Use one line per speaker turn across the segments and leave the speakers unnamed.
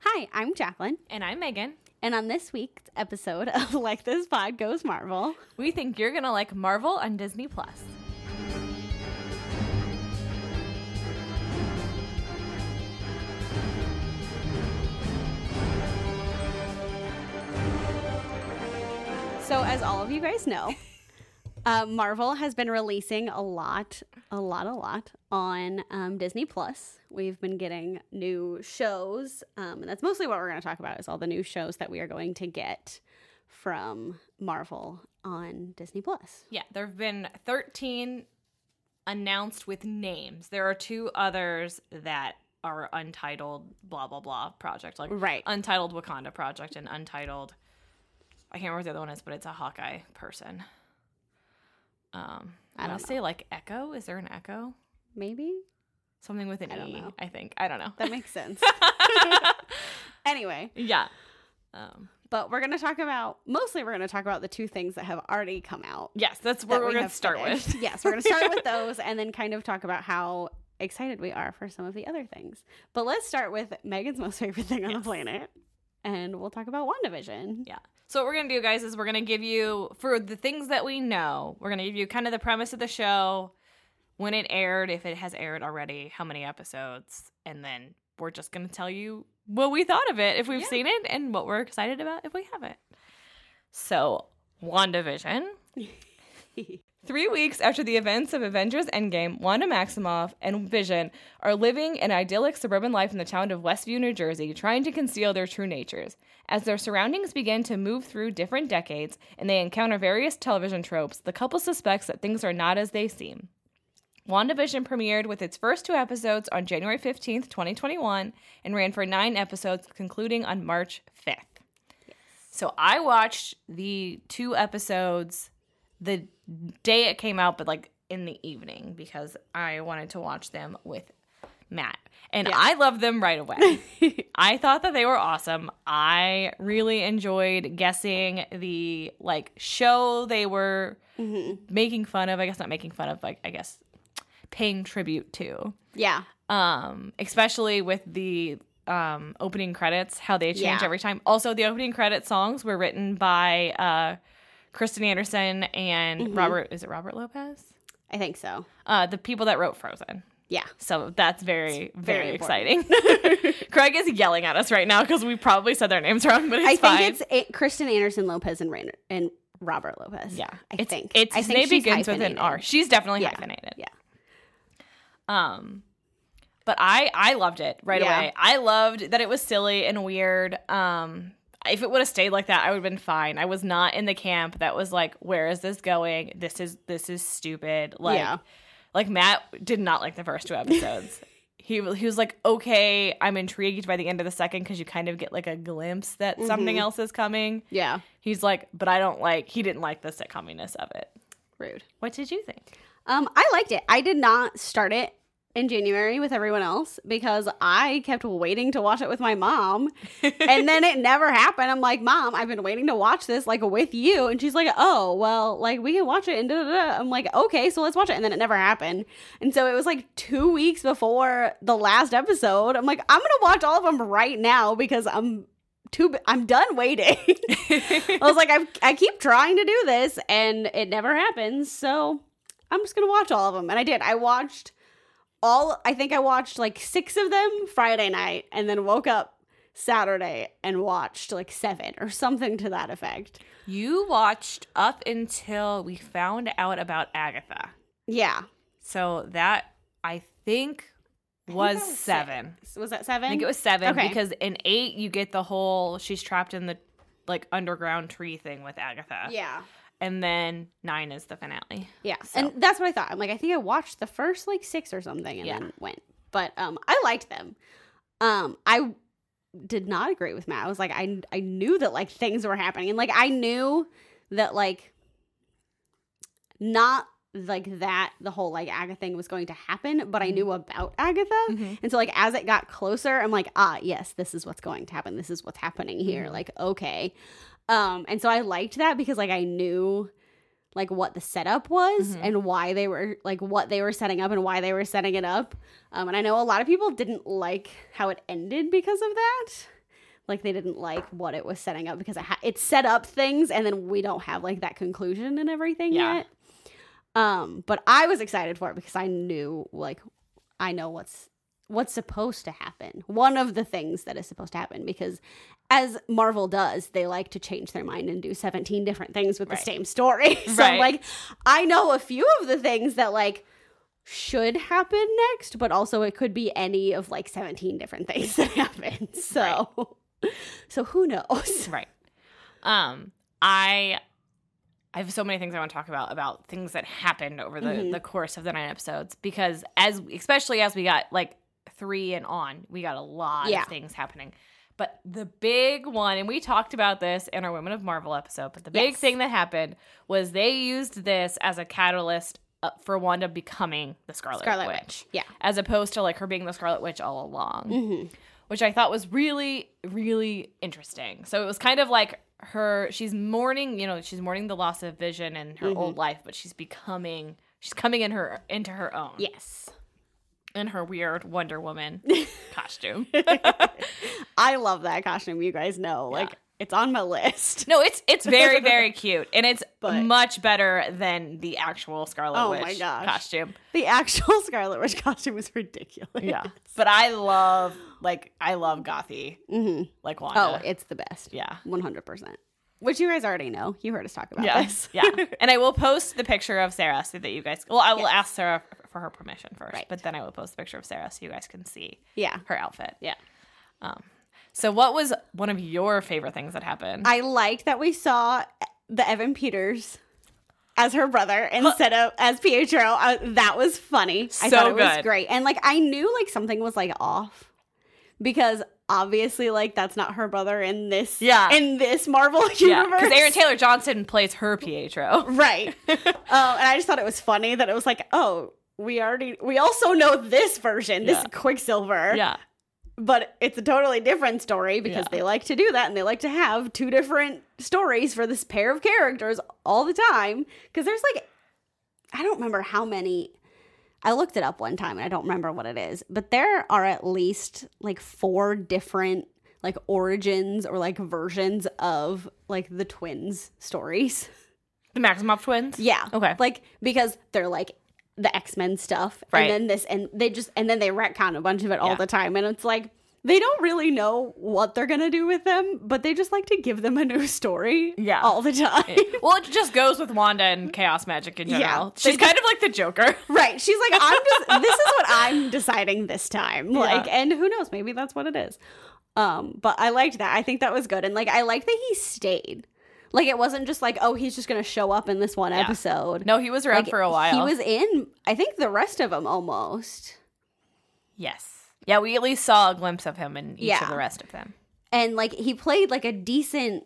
Hi, I'm Jacqueline,
And I'm Megan.
and on this week's episode of Like This Pod Goes Marvel,
We think you're going to like Marvel on Disney Plus.
So, as all of you guys know, uh, Marvel has been releasing a lot, a lot, a lot on um, Disney Plus. We've been getting new shows, um, and that's mostly what we're going to talk about is all the new shows that we are going to get from Marvel on Disney Plus.
Yeah, there have been 13 announced with names. There are two others that are untitled blah blah blah project like
Right.
untitled Wakanda project and untitled I can't remember what the other one is, but it's a Hawkeye person. Um I
I
want
don't
to say like Echo. Is there an Echo?
Maybe
Something with an
I don't
E,
know.
I think. I don't know.
that makes sense. anyway,
yeah. Um,
but we're going to talk about mostly we're going to talk about the two things that have already come out.
yes, that's
that
where we're
we
going to
have
start
finished.
with.
yes, we're going to start with those and then kind of talk about how excited we are for some of the other things. But let's start with Megan's most favorite thing on the
Yes.
planet. And we'll talk about WandaVision.
Yeah. So what we're gonna do, guys, is we're gonna give you for the things that we know, we're gonna give you kind of the premise of the show, when it aired, if it has aired already, how many episodes, and then we're just gonna tell you what we thought of it if we've
Yeah.
seen it and what we're excited about if we haven't. So WandaVision. Three weeks after the events of Avengers Endgame, Wanda Maximoff and Vision are living an idyllic suburban life in the town of Westview, New Jersey, trying to conceal their true natures. As their surroundings begin to move through different decades and they encounter various television tropes, the couple suspects that things are not as they seem. WandaVision premiered with its first two episodes on January 15th, 2021, and ran for nine episodes, concluding on March 5th. So I watched the two episodes the day it came out, but like in the evening because I wanted to watch them with Matt. And I loved them right away. I thought that they were awesome. I really enjoyed guessing the like show they were making fun of. I guess not making fun of, like I guess paying tribute to.
Yeah.
Um, especially with the um opening credits, how they change
Yeah.
every time. Also, the opening credit songs were written by uh Kristen Anderson and
Mm-hmm.
Robert is it Robert Lopez?
I think so.
Uh the people that wrote Frozen.
Yeah.
So that's very, very,
very
exciting.
important.
Craig is yelling at us right now because we probably said their names wrong, but it's
I think
fine.
it's a- Kristen Anderson Lopez and, Rainer- and Robert Lopez.
yeah,
I
it's,
think.
it's
I
his
think
name
she's
begins with an
hyphenated.
R. She's definitely
Yeah.
hyphenated.
Yeah.
Um, but I I loved it right
Yeah.
away. I loved that it was silly and weird. Um, if it would have stayed like that, I would have been fine. I was not in the camp that was like, where is this going? This is this is stupid. Like,
Yeah.
like Matt did not like the first two episodes. He, he was like, okay, I'm intrigued by the end of the second because you kind of get like a glimpse that
Mm-hmm.
something else is coming.
Yeah.
He's like, but I don't like, he didn't like the sitcominess of it.
Rude.
What did you think?
Um, I liked it. I did not start it in January with everyone else because I kept waiting to watch it with my mom, and then it never happened. I'm like, Mom, I've been waiting to watch this like with you, and she's like, Oh, well, like we can watch it. And da, da, da. I'm like, Okay, so let's watch it. And then it never happened. And so it was like two weeks before the last episode. I'm like, I'm gonna watch all of them right now because I'm too. bu- I'm done waiting. I was like, I I keep trying to do this, and it never happens. So I'm just gonna watch all of them, and I did. I watched all. I think I watched like six of them Friday night, and then woke up Saturday and watched like seven or something to that effect.
You watched up until we found out about Agatha.
Yeah,
So that I think was,
that was
seven.
was that seven?
I think it was seven
Okay.
because in eight you get the whole she's trapped in the like underground tree thing with Agatha.
Yeah,
And then nine is the finale.
yeah,
So-
and that's what I thought. I'm like, I think I watched the first like six or something, and
Yeah.
then went. But um, I liked them. Um, I did not agree with Matt. I was like, I I knew that like things were happening, and like I knew that like not like that the whole like Agatha thing was going to happen, but I
Mm-hmm.
knew about Agatha,
Mhm.
and so like as it got closer, I'm like, ah, yes, this is what's going to happen. This is what's happening here.
Mhm.
Like, okay, um, and so I liked that because like I knew like what the setup was
Mhm.
and why they were like what they were setting up and why they were setting it up. Um, and I know a lot of people didn't like how it ended because of that. like they didn't like what it was setting up because it, ha- it set up things and then we don't have like that conclusion and everything
Yeah.
yet. Um, but I was excited for it because I knew like I know what's what's supposed to happen. One of the things that is supposed to happen because as Marvel does, they like to change their mind and do 17 different things with
Right.
the same story. so
Right.
like I know a few of the things that like should happen next, but also it could be any of like 17 different things that happen. So so who knows?
Right. Um, I I have so many things I want to talk about about things that happened over the,
Mhm.
the course of the nine episodes because as especially as we got like three and on, we got a lot
Yeah.
of things happening. But the big one, and we talked about this in our Women of Marvel episode, but the big
Yes.
thing that happened was they used this as a catalyst uh, for Wanda becoming the Scarlet,
Scarlet
Witch,
Witch. Yeah.
as opposed to like her being the Scarlet Witch all along
hmm
which I thought was really, really interesting. So it was kind of like her, she's mourning, you know, she's mourning the loss of vision and her
Mhm.
old life, but she's becoming, she's coming in her, into her own.
Yes.
In her weird Wonder Woman costume.
I love that costume. You guys know, like
Yeah.
it's on my list.
No, it's, it's very, very cute. And it's
But-
much better than the actual Scarlet
Oh
Witch
my gosh.
costume.
The actual Scarlet Witch costume is ridiculous.
Yeah. But I love, like, I love gothy,
hmm
like
Oh,
Wanda.
it's the best.
yeah.
One hundred percent. Which you guys already know. You heard us talk about
Yes,
this.
yeah. And I will post the picture of Sarah so that you guys. Well, I will
Yes.
ask Sarah f- for her permission first,
Right.
but then I will post the picture of Sarah so you guys can see
yeah.
her outfit.
Yeah.
Um, so, what was one of your favorite things that happened?
I liked that we saw the Evan Peters as her brother instead of as Pietro. I, that was funny. I
So
thought it was
good.
great. And like I knew like something was like off because obviously like that's not her brother in this
Yeah.
in this Marvel
yeah,
universe.
because Aaron Taylor Johnson plays her Pietro.
Right. um, and I just thought it was funny that it was like, oh, we already we also know this version, this
Yeah.
Quicksilver.
yeah,
But it's a totally different story because
Yeah.
they like to do that and they like to have two different stories for this pair of characters all the time. Because there's like I don't remember how many I looked it up one time and I don't remember what it is, but there are at least like four different like origins or like versions of like the twins stories.
the Maximoff twins.
Yeah.
Okay.
Like because they're like the X Men stuff,
Right.
and then this, and they just, and then they retcon a bunch of it
Yeah.
all the time, and it's like they don't really know what they're gonna do with them, but they just like to give them a new story,
Yeah.
all the time.
well, it just goes with Wanda and chaos magic in
Yeah.
general.
They
She's kind of like the Joker.
right? She's like, I'm just, this is what I'm deciding this time, like,
Yeah.
and who knows, maybe that's what it is. Um, but I liked that. I think that was good, and like I like that he stayed. Like it wasn't just like, oh, he's just gonna show up in this one episode.
No, he was around
Like,
for a while.
He was in, I think, the rest of them almost.
yes. Yeah, we at least saw a glimpse of him in each
Yeah.
of the rest of them.
And like he played like a decent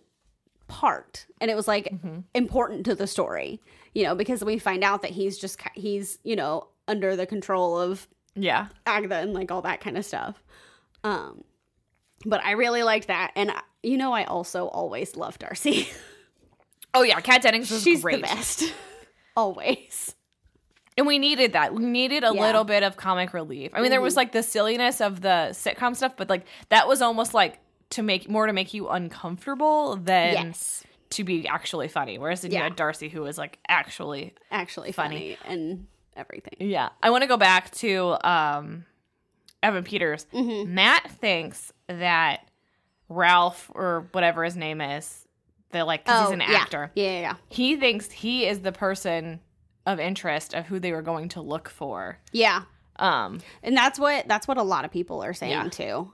part, and it was like
Mm-hmm.
important to the story, you know, because we find out that he's just ki- he's you know under the control of
Yeah.
Agatha and like all that kind of stuff. Um, but I really liked that, and I- you know, I also always love Darcy.
Oh yeah, Kat Dennings was
She's
great.
the best, always.
And we needed that. We needed a
Yeah. Mm-hmm.
little bit of comic relief. I mean, there was like the silliness of the sitcom stuff, but like that was almost like to make more to make you uncomfortable than
Yes.
to be actually funny. Whereas then you
Yeah.
had Darcy who was like actually
Actually,
Funny.
funny, and everything.
Yeah. I want to go back to um Evan Peters.
Mm-hmm.
Matt thinks that Ralph or whatever his name is, the like 'cause he's an
Oh, yeah.
actor.
Yeah, yeah, yeah.
He thinks he is the person of interest of who they were going to look for.
yeah.
Um
and that's what that's what a lot of people are saying
Yeah.
too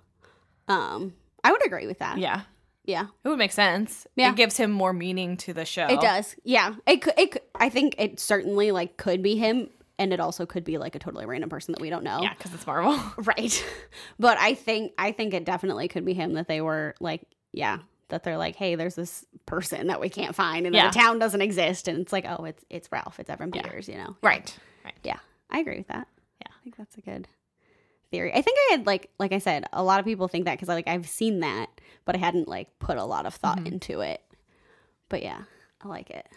um i would agree with that
yeah.
yeah
It would make sense.
Yeah.
It gives him more meaning to the show.
it does yeah it could it could, i think it certainly like could be him and it also could be like a totally random person that we don't know
Yeah, because it's Marvel.
right but i think i think it definitely could be him that they were like yeah that they're like hey there's this person that we can't find and
Yeah.
the town doesn't exist and it's like oh it's it's ralph it's evan peters you know
right. Right.
Yeah, I agree with that.
Yeah.
I think that's a good theory. I think I had like like I said, a lot of people think that because I like I've seen that, but I hadn't like put a lot of thought into it. But yeah, I like it.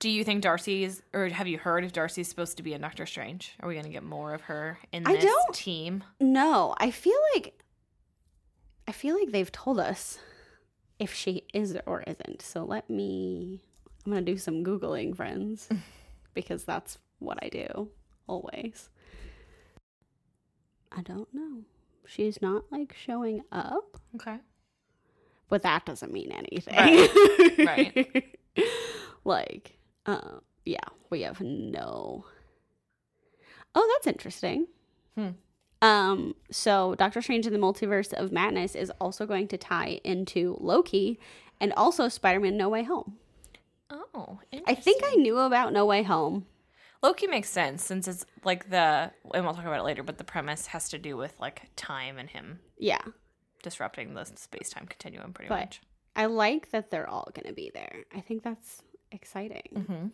Do you think Darcy's, or have you heard if Darcy's supposed to be in Doctor Strange? Are we going to get more of her in
I
this
don't-
team?
No, I feel like I feel like they've told us if she is or isn't. So let me. I'm gonna do some googling, friends, because that's what I do always. I don't know. She's not like showing up,
Okay.
but that doesn't mean anything.
Right.
like, uh, yeah, we have no. Oh, that's interesting.
Hmm.
Um, so Doctor Strange in the Multiverse of Madness is also going to tie into Loki and also Spider-Man No Way Home.
Oh,
I think I knew about No Way Home.
Loki makes sense since it's like the, and we'll talk about it later, but the premise has to do with like time and him
Yeah.
disrupting the space time continuum pretty
But-
much.
I like that they're all going to be there. I think that's exciting.
Mm-hmm.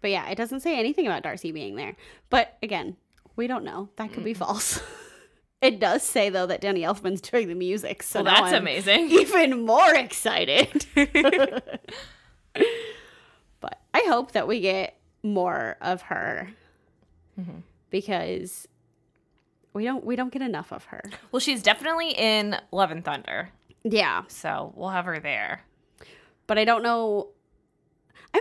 But yeah, it doesn't say anything about Darcy being there. But again, we don't know. That could be false. it does say though that Danny Elfman's doing the music. So
Well,
now
that's
I'm
amazing.
Even more excited. but I hope that we get more of her
Mm-hmm.
because we don't we don't get enough of her.
Well, she's definitely in Love and Thunder,
Yeah,
so we'll have her there.
but I don't know. I'm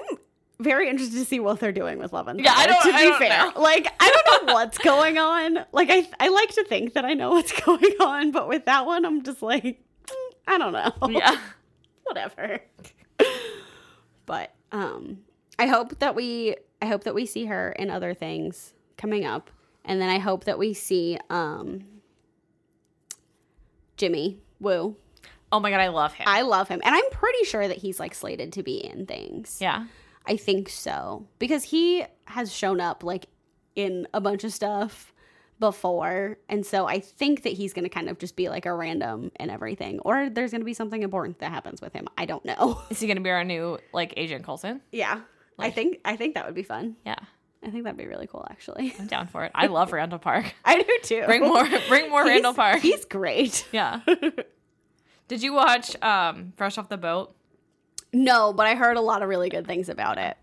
very interested to see what they're doing with Love and
Yeah, I
Thunder,
don't-
To
I
be
don't
fair,
know.
like I don't know what's going on. Like I, I like to think that I know what's going on, but with that one, I'm just like, mm, I don't know.
Yeah.
whatever. but um, I hope that we, I hope that we see her in other things coming up, and then I hope that we see um, Jimmy Woo.
Oh my god, I love him.
I love him, and I'm pretty sure that he's like slated to be in things.
yeah.
I think so because he has shown up like in a bunch of stuff before, and so I think that he's going to kind of just be like a random and everything, or there's going to be something important that happens with him. I don't know.
Is he gonna be our new like Agent Coulson?
Yeah, I think I think that would be fun.
Yeah,
I think that'd be really cool, actually.
I'm down for it. I love Randall Park.
I do too.
Bring more, bring more
He's-
Randall Park.
He's great.
Yeah. Did you watch um Fresh Off the Boat?
No, but I heard a lot of really good things about it.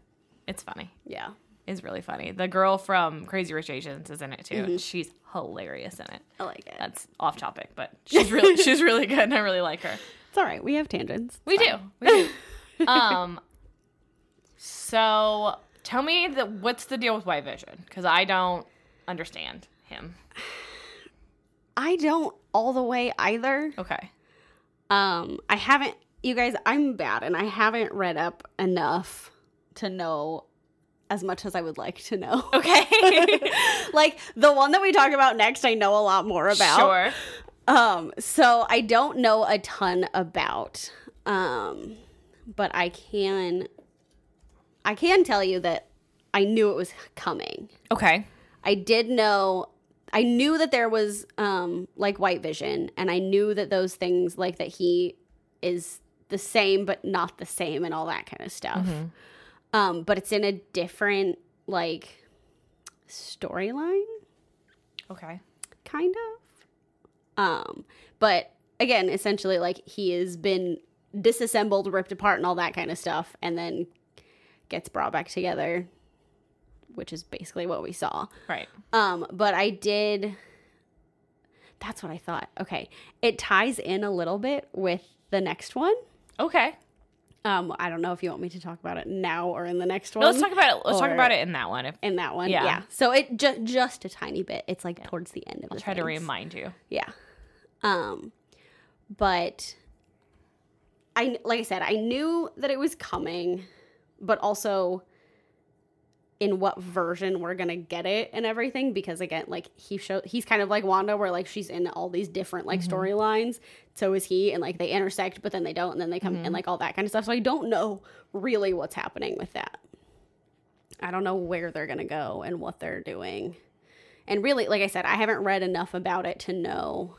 It's funny.
Yeah.
It's really funny. The girl from Crazy Rich Asians is in it too.
Mm-hmm.
and She's hilarious in it.
I like it.
That's off topic, but she's really she's really good and I really like her.
It's all right. We have tangents.
We do. We do. um so tell me the, what's the deal with White Vision? Because I don't understand him.
I don't all the way either.
Okay.
Um, I haven't. You guys, I'm bad, and I haven't read up enough to know as much as I would like to know.
Okay.
like the one that we talk about next, I know a lot more about.
Sure.
Um, so I don't know a ton about. Um, but I can, I can tell you that I knew it was coming.
Okay.
I did know I knew that there was um like white vision and I knew that those things like that he is the same but not the same and all that kind of stuff. Um but it's in a different like storyline
Okay.
kind of. Um but again essentially like he has been disassembled, ripped apart and all that kind of stuff and then gets brought back together which is basically what we saw.
Right.
Um, but I did. That's what I thought. Okay, it ties in a little bit with the next one.
Okay.
Um, I don't know if you want me to talk about it now or in the next one.
No, let's talk about it. Let's talk
or-
about it in that one. If,
in that one.
Yeah.
Yeah. So it ju- just a tiny bit. It's like towards the end of.
I'll
the
try to
things.
remind you.
Yeah. Um, but I like I said, I knew that it was coming, but also in what version we're gonna get it and everything because again like he show he's kind of like wanda where like she's in all these different like storylines so is he and like they intersect but then they don't and then they come and like all that kind of stuff so i don't know really what's happening with that i don't know where they're gonna go and what they're doing and really like i said i haven't read enough about it to know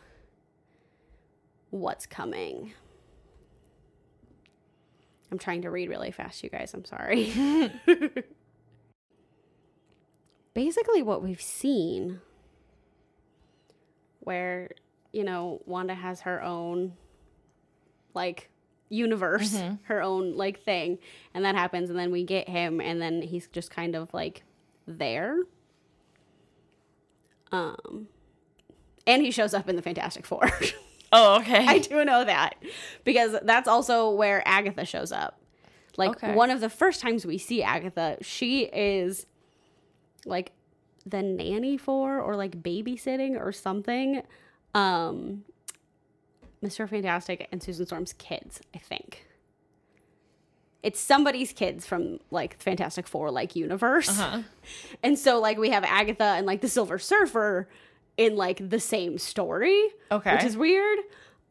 what's coming i'm trying to read really fast you guys i'm sorry basically what we've seen where you know wanda has her own like universe her own like thing and that happens and then we get him and then he's just kind of like there um and he shows up in the fantastic four
Oh, okay.
I do know that because that's also where Agatha shows up. Like
Okay.
one of the first times we see Agatha, she is like the nanny for or like babysitting or something um Mr. Fantastic and Susan Storm's kids, I think. It's somebody's kids from like Fantastic Four like universe.
Uh-huh.
And so like we have Agatha and like the Silver Surfer in like the same story.
Okay.
Which is weird.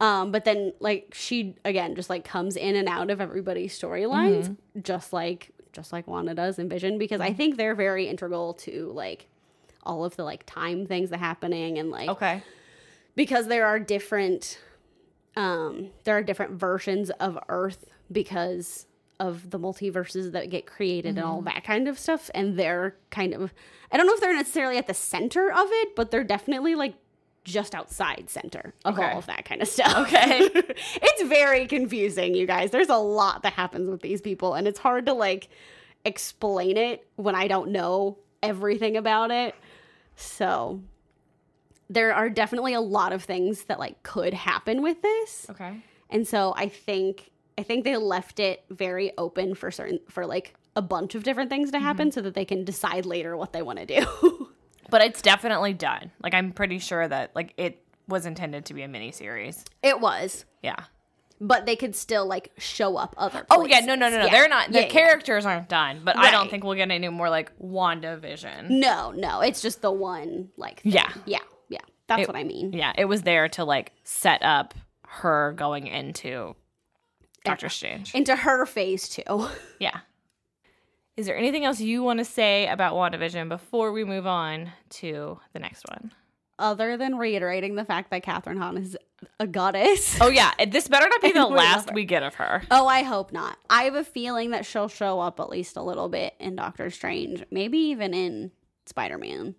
Um, but then like she again just like comes in and out of everybody's storylines, just like just like Wanda does in Vision, because I think they're very integral to like all of the like time things that happening and like
okay.
because there are different um there are different versions of earth because of the multiverses that get created and
Mm-hmm.
all that kind of stuff and they're kind of i don't know if they're necessarily at the center of it but they're definitely like just outside center of
Okay.
all of that kind of stuff
Okay.
it's very confusing you guys there's a lot that happens with these people and it's hard to like explain it when i don't know everything about it so there are definitely a lot of things that like could happen with this.
Okay.
And so I think I think they left it very open for certain for like a bunch of different things to
Mm-hmm.
happen so that they can decide later what they want to do.
But it's definitely done. Like I'm pretty sure that like it was intended to be a mini series.
it was.
Yeah.
But they could still like show up other
Oh yeah, no, no,
places.
no, no.
Yeah.
They're not. The
Yeah, yeah, yeah.
characters aren't done, but I don't
Right.
think we'll get any more like WandaVision.
No, no. It's just the one like thing.
Yeah.
Yeah. Yeah. That's
It-
what I mean.
Yeah, it was there to like set up her going into Doctor Strange.
Into her phase two.
Yeah. Is there anything else you want to say about WandaVision before we move on to the next one?
Other than reiterating the fact that Catherine Hahn is a goddess.
Oh yeah, and this better not be
And
the
we love
last
her.
we get of her.
Oh, I hope not. I have a feeling that she'll show up at least a little bit in Doctor Strange, maybe even in Spider Man.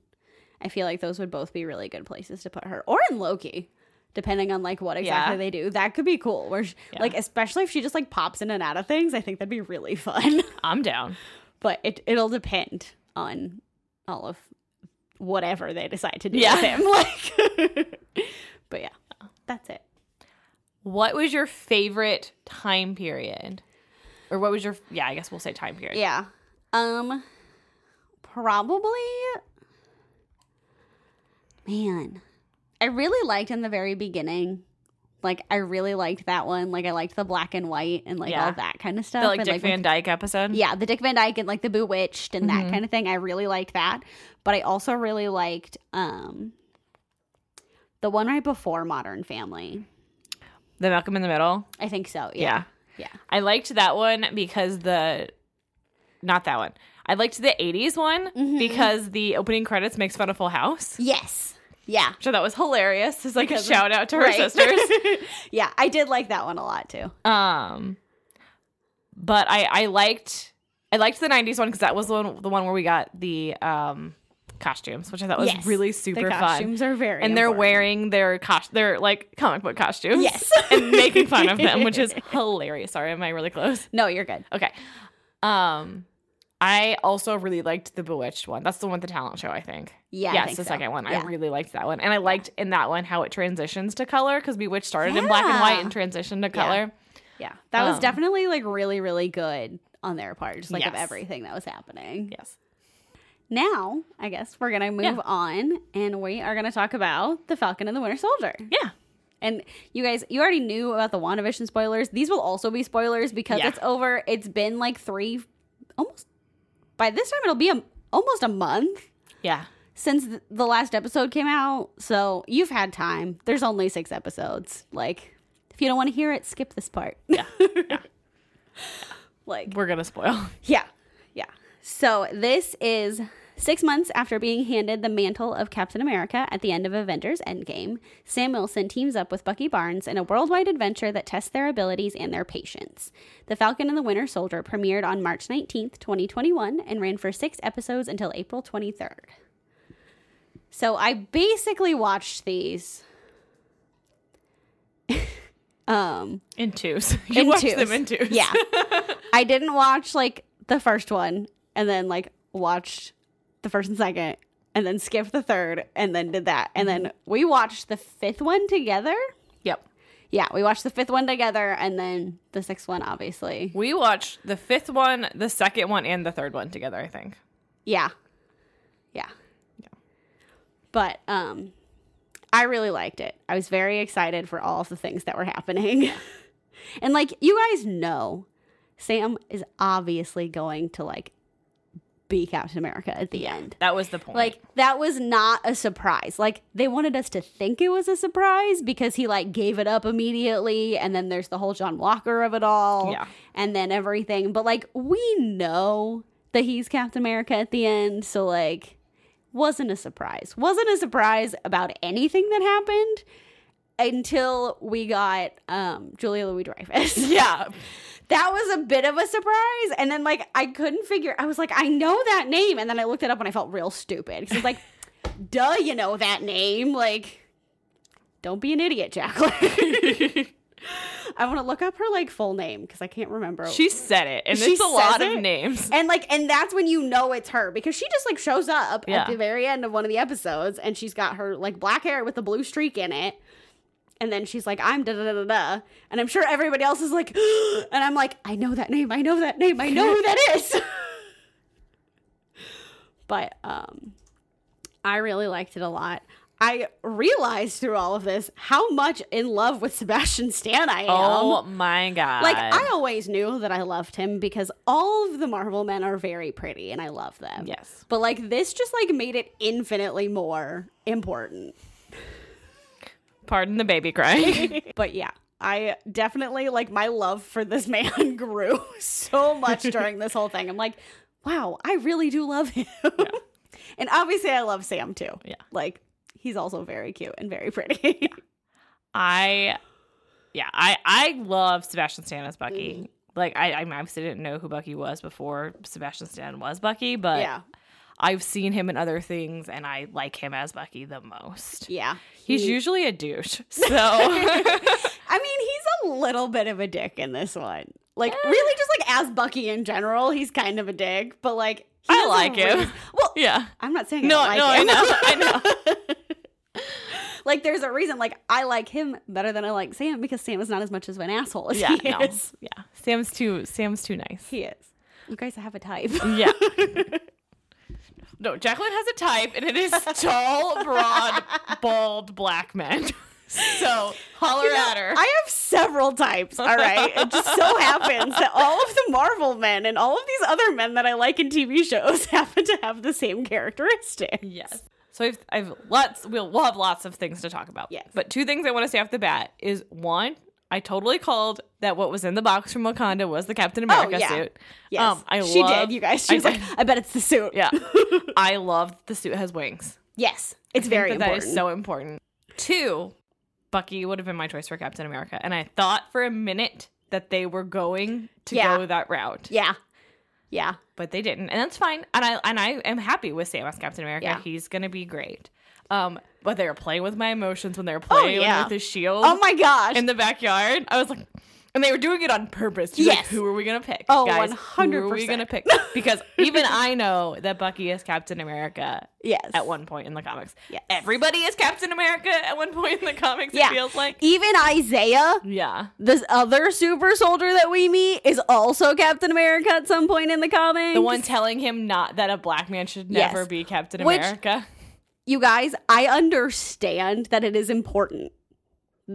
I feel like those would both be really good places to put her, or in Loki, depending on like what exactly
Yeah.
they do. That could be cool. Where she,
Yeah.
like especially if she just like pops in and out of things, I think that'd be really fun.
I'm down.
but it it'll depend on all of whatever they decide to do
Yeah.
with him. Like, but yeah, that's it.
What was your favorite time period? Or what was your yeah, I guess we'll say time period.
Yeah. Um probably man. I really liked in the very beginning. Like I really liked that one. Like I liked the black and white and like
Yeah.
all that kind of stuff.
The like
and,
Dick Van Mm-hmm.
with-
Dyke episode.
yeah, the Dick Van Dyke and like the Bewitched and that kind of thing. I really liked that. But I also really liked um the one right before Modern Family.
The Malcolm in the Middle.
I think so.
Yeah.
Yeah. Yeah.
I liked that one because the not that one. I liked the 80s one because the opening credits makes fun of Full House.
Yes. Yeah.
So that was hilarious. It's like
Because
a
of-
shout out to her
Right.
sisters.
yeah, I did like that one a lot too.
Um, but I I liked I liked the '90s one because that was the one the one where we got the um costumes, which I thought was
Yes.
really super
the
fun.
costumes are very
And they're
important.
wearing their cost their like comic book costumes,
Yes.
and making fun of them, which is hilarious. Sorry, am I really close?
no you're good
Okay. Um, I also really liked the Bewitched one. That's the one with the talent show, I think.
Yeah, I
yes,
think
the
so.
second one. I
Yeah.
really liked that one, and I liked in that one how it transitions to color because Bewitched started in black and white
Yeah.
and transitioned to
Yeah.
color.
yeah that was
Um,
definitely like really really good on their part just like of
Yes.
everything that was happening
Yes.
now i guess we're gonna move
Yeah.
on and we are gonna talk about the falcon and the winter soldier
Yeah.
and you guys you already knew about the wandavision spoilers these will also be spoilers because
Yeah.
it's over it's been like three almost by this time it'll be a, almost a month
Yeah.
since th- the last episode came out so you've had time there's only six episodes like if you don't want to hear it skip this part
Yeah. yeah.
like
We're going to spoil.
yeah yeah so this is six months after being handed the mantle of captain america at the end of avengers endgame sam wilson teams up with bucky barnes in a worldwide adventure that tests their abilities and their patience the falcon and the winter soldier premiered on march 19th 2021 and ran for six episodes until april 23rd so i basically watched these um
In twos. You watch them in twos.
yeah. I didn't watch like the first one and then like watched the first and second and then skipped the third and then did that. And then we watched the fifth one together
Yep.
Yeah, we watched the fifth one together and then the sixth one, obviously.
We watched the fifth one, the second one, and the third one together, I think.
Yeah. Yeah. But um I really liked it. I was very excited for all of the things that were happening. and like you guys know, Sam is obviously going to like be Captain America at the end.
That was the point.
Like that was not a surprise. Like they wanted us to think it was a surprise because he like gave it up immediately and then there's the whole John Walker of it all
Yeah.
and then everything. But like we know that he's Captain America at the end, so like wasn't a surprise. Wasn't a surprise about anything that happened until we got um Julia Louis Dreyfus.
yeah.
That was a bit of a surprise. And then like I couldn't figure I was like, I know that name. And then I looked it up and I felt real stupid. Because it's like, duh, you know that name. Like, don't be an idiot, Jacqueline. I want to look up her like full name because I can't remember.
She said it, and
She
it's a lot
says
of
it?
names.
and like and that's when you know it's her because she just like shows up
Yeah.
at the very end of one of the episodes and she's got her like black hair with the blue streak in it. And then she's like, I'm da da da da da. And I'm sure everybody else is like, and I'm like, I know that name. I know that name. I know who that is. but um, I really liked it a lot. I realized through all of this how much in love with Sebastian Stan I am.
Oh my god!
Like I always knew that I loved him because all of the Marvel men are very pretty and I love them.
Yes.
But like this just like made it infinitely more important.
pardon the baby crying.
But yeah, I definitely like my love for this man grew so much during this whole thing. I'm like, wow, I really do love him. and obviously I love Sam too.
Yeah.
Like he's also very cute and very pretty.
I, yeah, I I love Sebastian Stan as Bucky.
Mm.
Like I, I obviously didn't know who Bucky was before Sebastian Stan was Bucky, but
yeah.
I've seen him in other things, and I like him as Bucky the most.
Yeah.
He's
He-
usually a douche, so
I mean, he's a little bit of a dick in this one. Like, really, just like as Bucky in general, he's kind of a dick. But like, he
I
has a
like him.
reas- well,
yeah.
I'm not saying
No,
I
no, I
don't like him.
know, I know.
Like, there's a reason. Like, I like him better than I like Sam because Sam is not as much of an asshole as
Yeah,
he
no,
is.
yeah. Sam's too. Sam's too nice.
He is. You guys have a type.
Yeah. No, Jacqueline has a type, and it is tall, broad, bald black men. So holler
You know,
at her.
I have several types. All right. It just so happens that all of the Marvel men and all of these other men that I like in TV shows happen to have the same characteristics.
yes. So I've, I've lots. We'll, we'll have lots of things to talk about.
Yes.
But two things I want to say off the bat is one, I totally called that what was in the box from Wakanda was the Captain America
Oh, yeah.
suit. Um,
Yes,
I
she
love-
did. You guys, she
I
was
did.
like, "I bet it's the suit."
yeah, I love that the suit has wings.
Yes, it's
think
very
that
important.
That is so important. Two, Bucky would have been my choice for Captain America, and I thought for a minute that they were going to
Yeah.
go that route,
yeah, yeah,
but they didn't, and that's fine. And I and I am happy with Sam as Captain America.
Yeah.
He's gonna be great. Um, but they were playing with my emotions when they were playing
yeah.
with his shield
Oh my gosh!
in the backyard. I was like. And they were doing it on purpose. She's like,
Yes.
who are we gonna pick?
Oh,
guys, Who are we
100%.
gonna pick? Because even I know that Bucky is Captain America
yes,
at one point in the comics.
Yes.
Everybody is Captain America at one point in the comics,
yeah.
it feels like.
even Isaiah,
Yeah.
this other super soldier that we meet, is also Captain America at some point in the comics.
The one telling him not that a black man should
Yes.
never be Captain
Which-
America.
you guys, I understand that it is important.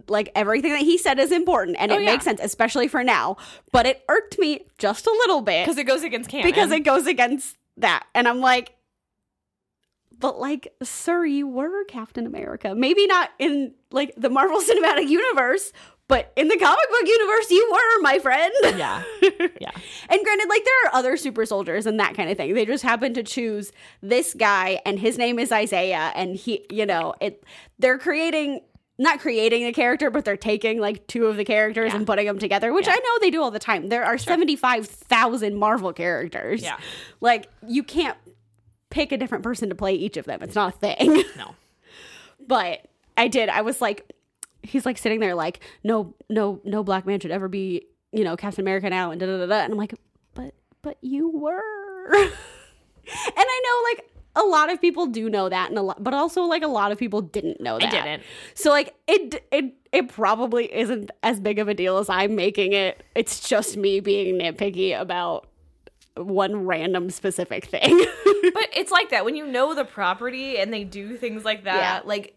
Like everything that he said is important, and
Oh,
it
yeah.
makes sense, especially for now. But it irked me just a little bit
Because it goes against canon.
because it goes against that. And I'm like, but like, sir, you were Captain America. Maybe not in like the Marvel Cinematic Universe, but in the comic book universe, you were, my friend.
Yeah. Yeah.
And granted, like there are other super soldiers and that kind of thing. They just happen to choose this guy, and his name is Isaiah, and he, you know, it. They're creating. Not creating the character, but they're taking like two of the characters and putting them together, which I know they do all the time. There are 75,000 Marvel characters.
Yeah.
Like, you can't pick a different person to play each of them. It's not a thing.
No.
but I did. I was like, he's like sitting there, like, no, no, no black man should ever be, you know, Captain America now, and da da da. da. And I'm like, but, but you were. and I know, like, a lot of people do know that, and a lot, but also like a lot of people didn't know
I
that.
didn't.
So like it it it probably isn't as big of a deal as I'm making it. It's just me being nitpicky about one random specific thing.
But it's like that when you know the property and they do things like that.
Yeah.
Like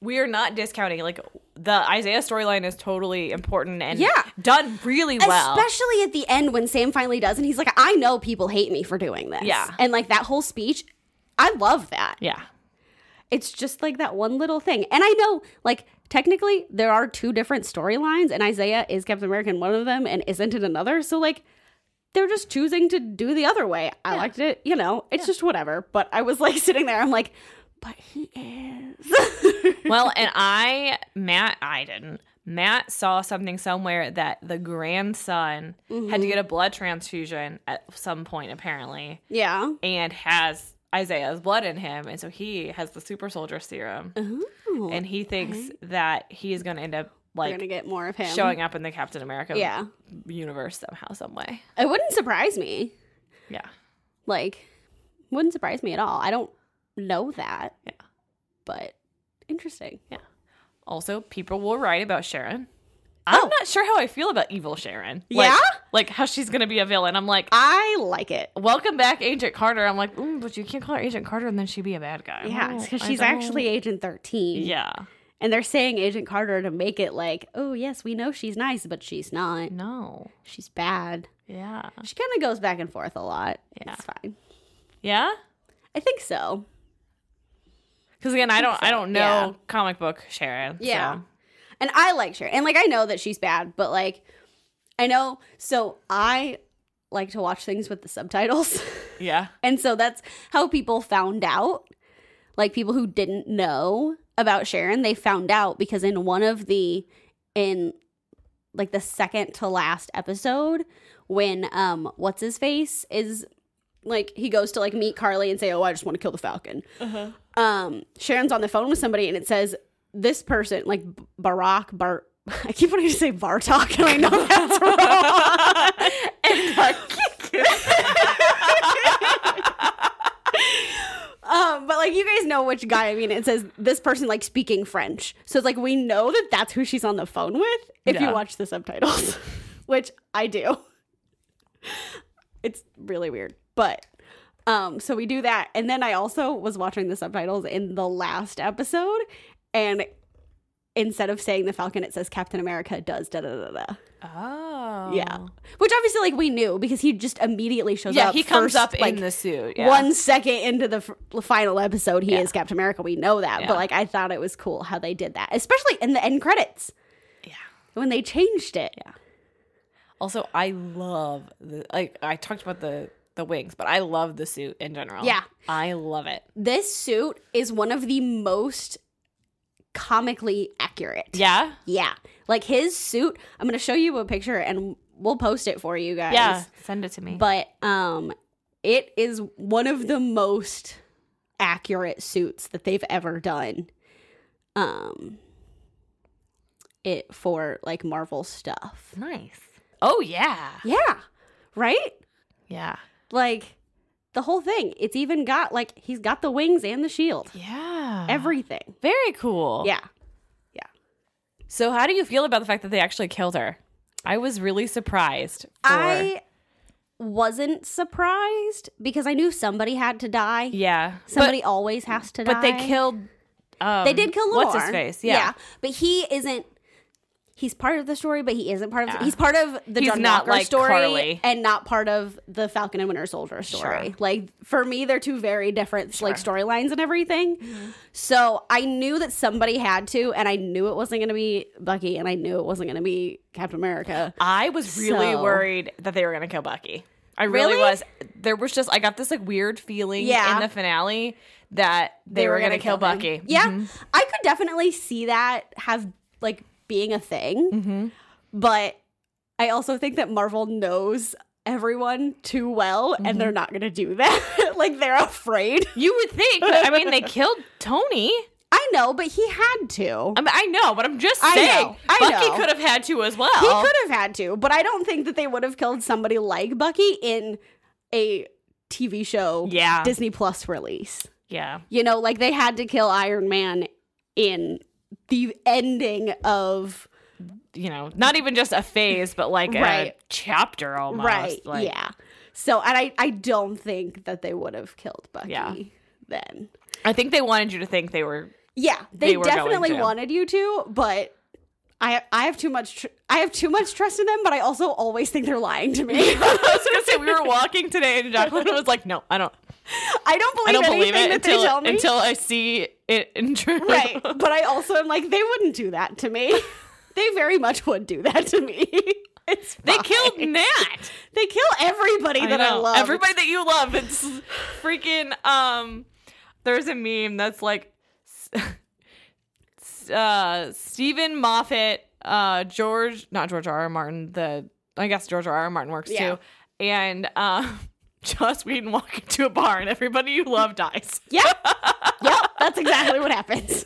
we are not discounting. Like the Isaiah storyline is totally important and
Yeah.
done really well.
Especially at the end when Sam finally does, and he's like, "I know people hate me for doing this."
Yeah.
and like that whole speech, I love that.
yeah.
It's just like that one little thing. And I know, like, technically there are two different storylines, and Isaiah is Captain America in one of them and isn't in another. So, like, they're just choosing to do the other way. I liked it, you know, it's just whatever. But I was like sitting there, I'm like, but he is.
Well, and I Matt I didn't. Matt saw something somewhere that the grandson
Mm-hmm.
had to get a blood transfusion at some point apparently
yeah.
and has Isaiah's blood in him and so he has the super soldier serum
Mm-hmm. Ooh.
and he thinks that he is going to end up
we're
like
going to get more of him.
showing up in the Captain America
Yeah.
universe somehow, some way.
It wouldn't surprise me.
Yeah.
Like, wouldn't surprise me at all. I don't know that.
Yeah.
But interesting.
Also, people will write about Sharon. I'm not sure how I feel about evil Sharon.
Oh.
Like,
Yeah?
Like how she's gonna be a villain. I'm like,
I like it.
welcome back, Agent Carter. I'm like, mm, but you can't call her Agent Carter and then she'd be a bad guy.
Yeah,
No,
because
I
she's
don't.
actually Agent 13.
Yeah.
And they're saying Agent Carter to make it like, oh, yes, we know she's nice, but she's not.
No.
She's bad.
Yeah.
She kind of goes back and forth a lot.
Yeah.
It's fine.
Yeah.
I think so.
Because again, I don't, I don't know
Yeah.
comic book Sharon.
Yeah.
so.
And I like Sharon. And like, I know that she's bad, but like, I know. So I like to watch things with the subtitles.
Yeah.
and so that's how people found out. Like, people who didn't know about Sharon, they found out because in one of the, in like the second to last episode when um what's his face is like he goes to like meet Carly and say, "Oh, I just want to kill the Falcon." Um, Sharon's on the phone with somebody, and it says this person, like B- Barack Bar. I keep wanting to say Bartok, and I know that's wrong. and like- um, but like you guys know which guy I mean. It says this person like speaking French, so it's like we know that that's who she's on the phone with if
Yeah.
you watch the subtitles, which I do. It's really weird, but um, so we do that. And then I also was watching the subtitles in the last episode, and instead of saying the Falcon, it says Captain America does da da da da. da.
Oh.
Yeah. Which obviously, like, we knew because he just immediately shows
Yeah.
up.
He comes
first,
up in
like,
the suit. Yeah.
One second into the f- final episode, he
Yeah.
is Captain America. We know that,
Yeah.
but like I thought it was cool how they did that, especially in the end credits
Yeah.
when they changed it.
Also, I love the like I talked about the the wings, but I love the suit in general.
Yeah.
I love it.
This suit is one of the most comically accurate.
Yeah,
Yeah. Like his suit, I'm going to show you a picture and we'll post it for you guys.
yeah. Send it to me.
But um it is one of the most accurate suits that they've ever done. Um it for like Marvel stuff.
nice. Oh yeah,
Yeah. Right?
yeah,
Like the whole thing. It's even got like he's got the wings and the shield.
yeah. Oh,
Everything.
very cool.
Yeah.
So, how do you feel about the fact that they actually killed her? I was really surprised. For,
I wasn't surprised because I knew somebody had to die.
yeah,
Somebody always has to die.
but, but they killed. Um,
They did kill Lore.
What's his face? Yeah,
but he isn't. He's part of the story, but he isn't part of. The, he's part of the
He's
John
not
Walker
like
story,
Carly.
and not part of the Falcon and Winter Soldier story.
Sure.
Like for me, they're two very different like storylines and everything.
Mm-hmm.
So I knew that somebody had to, and I knew it wasn't going to be Bucky, and I knew it wasn't going to be Captain America.
I was really
So-
worried that they were gonna kill Bucky. I really,
Really?
was. There was just I got this like weird feeling
Yeah.
in the finale that they, were, gonna, kill,
him.
Bucky. Mm-hmm.
Yeah, I could definitely see that have like being a thing,
Mm-hmm.
but I also think that Marvel knows everyone too well,
Mm-hmm.
and they're not gonna do that. like they're afraid.
You would think. but, I mean, they killed Tony.
I know, but he had to.
I, mean, I know, but I'm just
I
saying.
know, I
Bucky
know.
could have had to as well.
he could have had to, but I don't think that they would have killed somebody like Bucky in a TV show
Yeah.
Disney Plus release.
yeah.
You know, like they had to kill Iron Man in the ending of
You know, not even just a phase, but like a
Right.
chapter almost.
right,
Like,
yeah. So and I I don't think that they would have killed Bucky
Yeah.
then.
I think they wanted you to think they were.
Yeah, they,
They were going
definitely
to.
wanted you to, but I I have too much tr- I have too much trust in them, but I also always think they're lying to me.
I was gonna say we were walking today, and Jacqueline was like, "No, I don't.
I don't believe
I don't
anything
believe it
that
until
they tell me.
until I see it in true."
right, but I also am like they wouldn't do that to me. they very much would do that to me. It's
They
fine.
killed Nat.
they kill everybody that I
know.
love.
Everybody that you love. It's freaking um there's a meme that's like s- uh Stephen Moffat, uh George not George R. R. Martin, the I guess George R. R. Martin works
Yeah.
too. And um Joss Whedon walk into a bar and everybody you love dies.
Yep. yep. That's exactly what happens.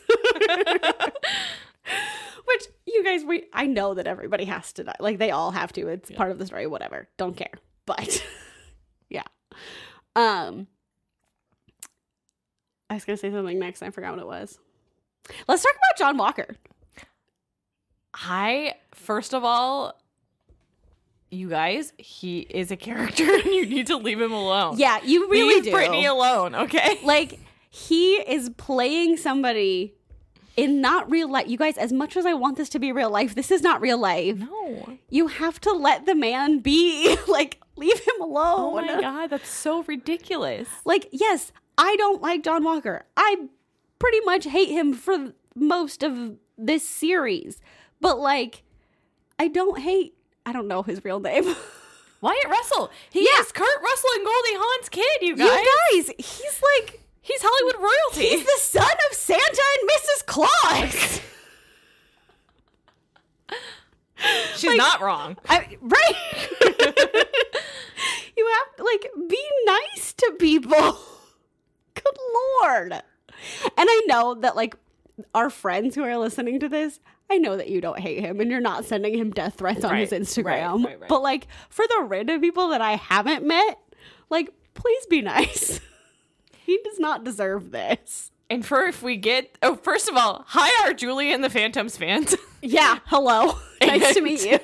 Which you guys, we I know that everybody has to die. Like they all have to. It's part of the story. Whatever. Don't care. But yeah. Um. I was gonna say something next. and I forgot what it was. Let's talk about John Walker.
I first of all you guys, he is a character and you need to leave him alone.
Yeah, you really
leave
do.
Brittany alone, okay?
like he is playing somebody in not real life. You guys, as much as I want this to be real life, this is not real life.
No.
you have to let the man be. Like, leave him
Oh
alone.
my god, that's so ridiculous.
Like, yes, I don't like John Walker. I pretty much hate him for most of this series. But, like, I don't hate, I don't know his real name.
Wyatt Russell. He
Yeah.
is Kurt Russell and Goldie Hawn's kid, you guys.
you guys, he's like,
He's Hollywood royalty.
he's the son of Santa and Mrs. Claus.
She's not wrong.
I, right? you have to, like, be nice to people. Good lord. And I know that, like, our friends who are listening to this, I know that you don't hate him and you're not sending him death threats on his
Right,
Instagram.
right, right, right.
But, like, for the random people that I haven't met, like, please be nice. he does not deserve this.
And for if we get oh, first of all, hi our Julie and the Phantoms fans.
Yeah. Hello. nice to
And-
meet you.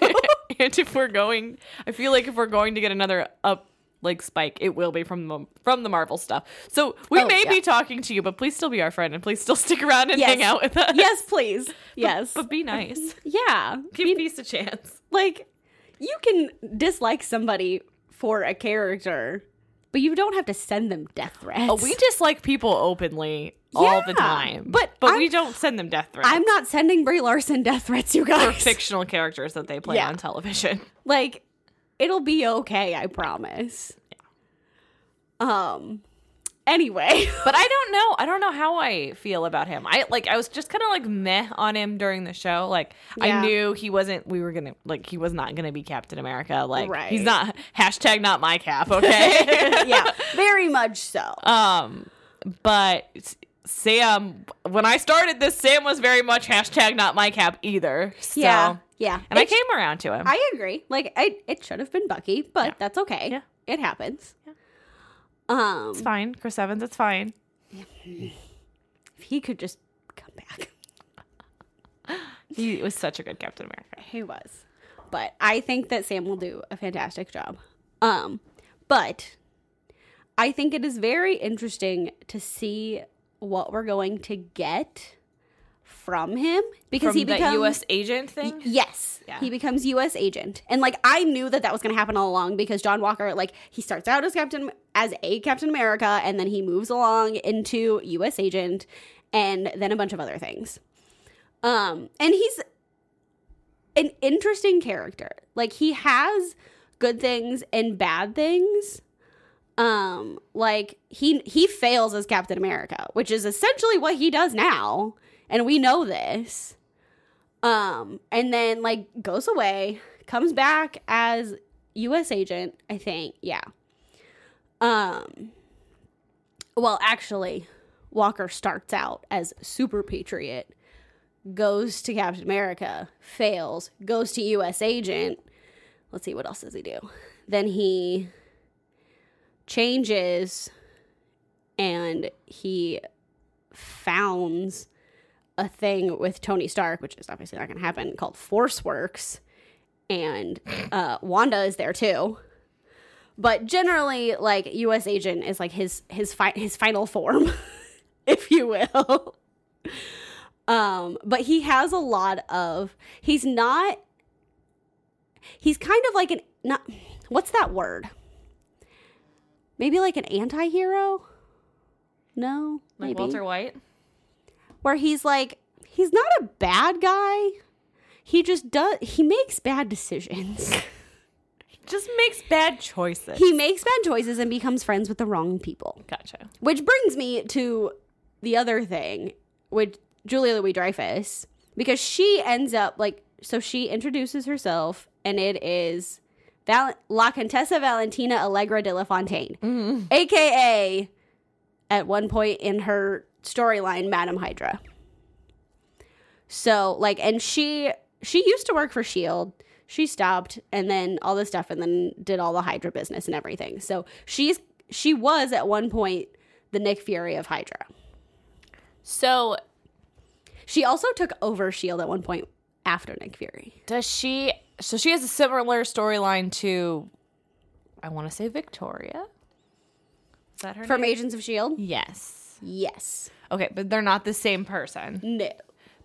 and if we're going I feel like if we're going to get another up like spike, it will be from the from the Marvel stuff. So we
Oh,
may
yeah.
be talking to you, but please still be our friend and please still stick around and
Yes.
hang out with us.
yes, please. Yes.
But be nice.
yeah.
Give peace a chance.
like you can dislike somebody for a character but you don't have to send them death threats
Oh, we dislike people openly all the
Yeah,
time,
but
but we
I'm-
don't send them death threats.
i'm not sending brie larson death threats you
for
guys
fictional characters that they play
Yeah.
on television.
like it'll be okay i promise um anyway
But I don't know. I don't know how I feel about him. I like. I was just kind of like meh on him during the show. Like I
Yeah.
knew he wasn't. We were gonna like he was not gonna be Captain America. Like he's
Right.
not hashtag not my cap. Okay.
yeah very much so
um, but S- Sam, when I started this, Sam was very much hashtag not my cap either. So,
yeah yeah
And I
It sh-
came around to him.
i agree like I, it should have been bucky but
Yeah.
that's okay
Yeah.
it happens um
it's fine, Chris Evans. It's fine.
if he could just come back
He was such a good Captain America.
He was. But I think that Sam will do a fantastic job. Um, but I think it is very interesting to see what we're going to get from him because
From
he
that
becomes
U.S. agent thing.
Yes,
Yeah.
he becomes U.S. agent, and like I knew that that was going to happen all along because John Walker, like he starts out as Captain as a Captain America, and then he moves along into U.S. agent, and then a bunch of other things. Um, and he's an interesting character. Like he has good things and bad things. Um, like he he fails as Captain America, which is essentially what he does now, and we know this um and then like goes away comes back as us agent i think yeah um well actually walker starts out as super patriot goes to captain america fails goes to us agent let's see what else does he do then he changes and he founds a thing with Tony Stark, which is obviously not going to happen, called Force Works. And uh, Wanda is there too. But generally, like U.S. Agent is like his his fi- his final form, if you will. Um, but he has a lot of he's not he's kind of like an not what's that word? Maybe like an anti-hero? No.
Like
maybe
Walter White.
where he's like he's not a bad guy he just does he makes bad decisions
Just makes bad choices.
he makes bad choices and becomes friends with the wrong people
gotcha.
which brings me to the other thing with julia louis dreyfus because she ends up like so she introduces herself and it is Val- la contessa valentina allegra de la fontaine aka at one point in her storyline madam hydra so like and she she used to work for shield E she stopped and then all this stuff and then did all the hydra business and everything so she's she was at one point the nick fury of hydra
So
she also took over shield E at one point after nick fury
does she? So she has a similar storyline to, I want to say Victoria. Is that her
from
name?
agents of shield
Yes.
E yes
Okay, but they're not the same person,
no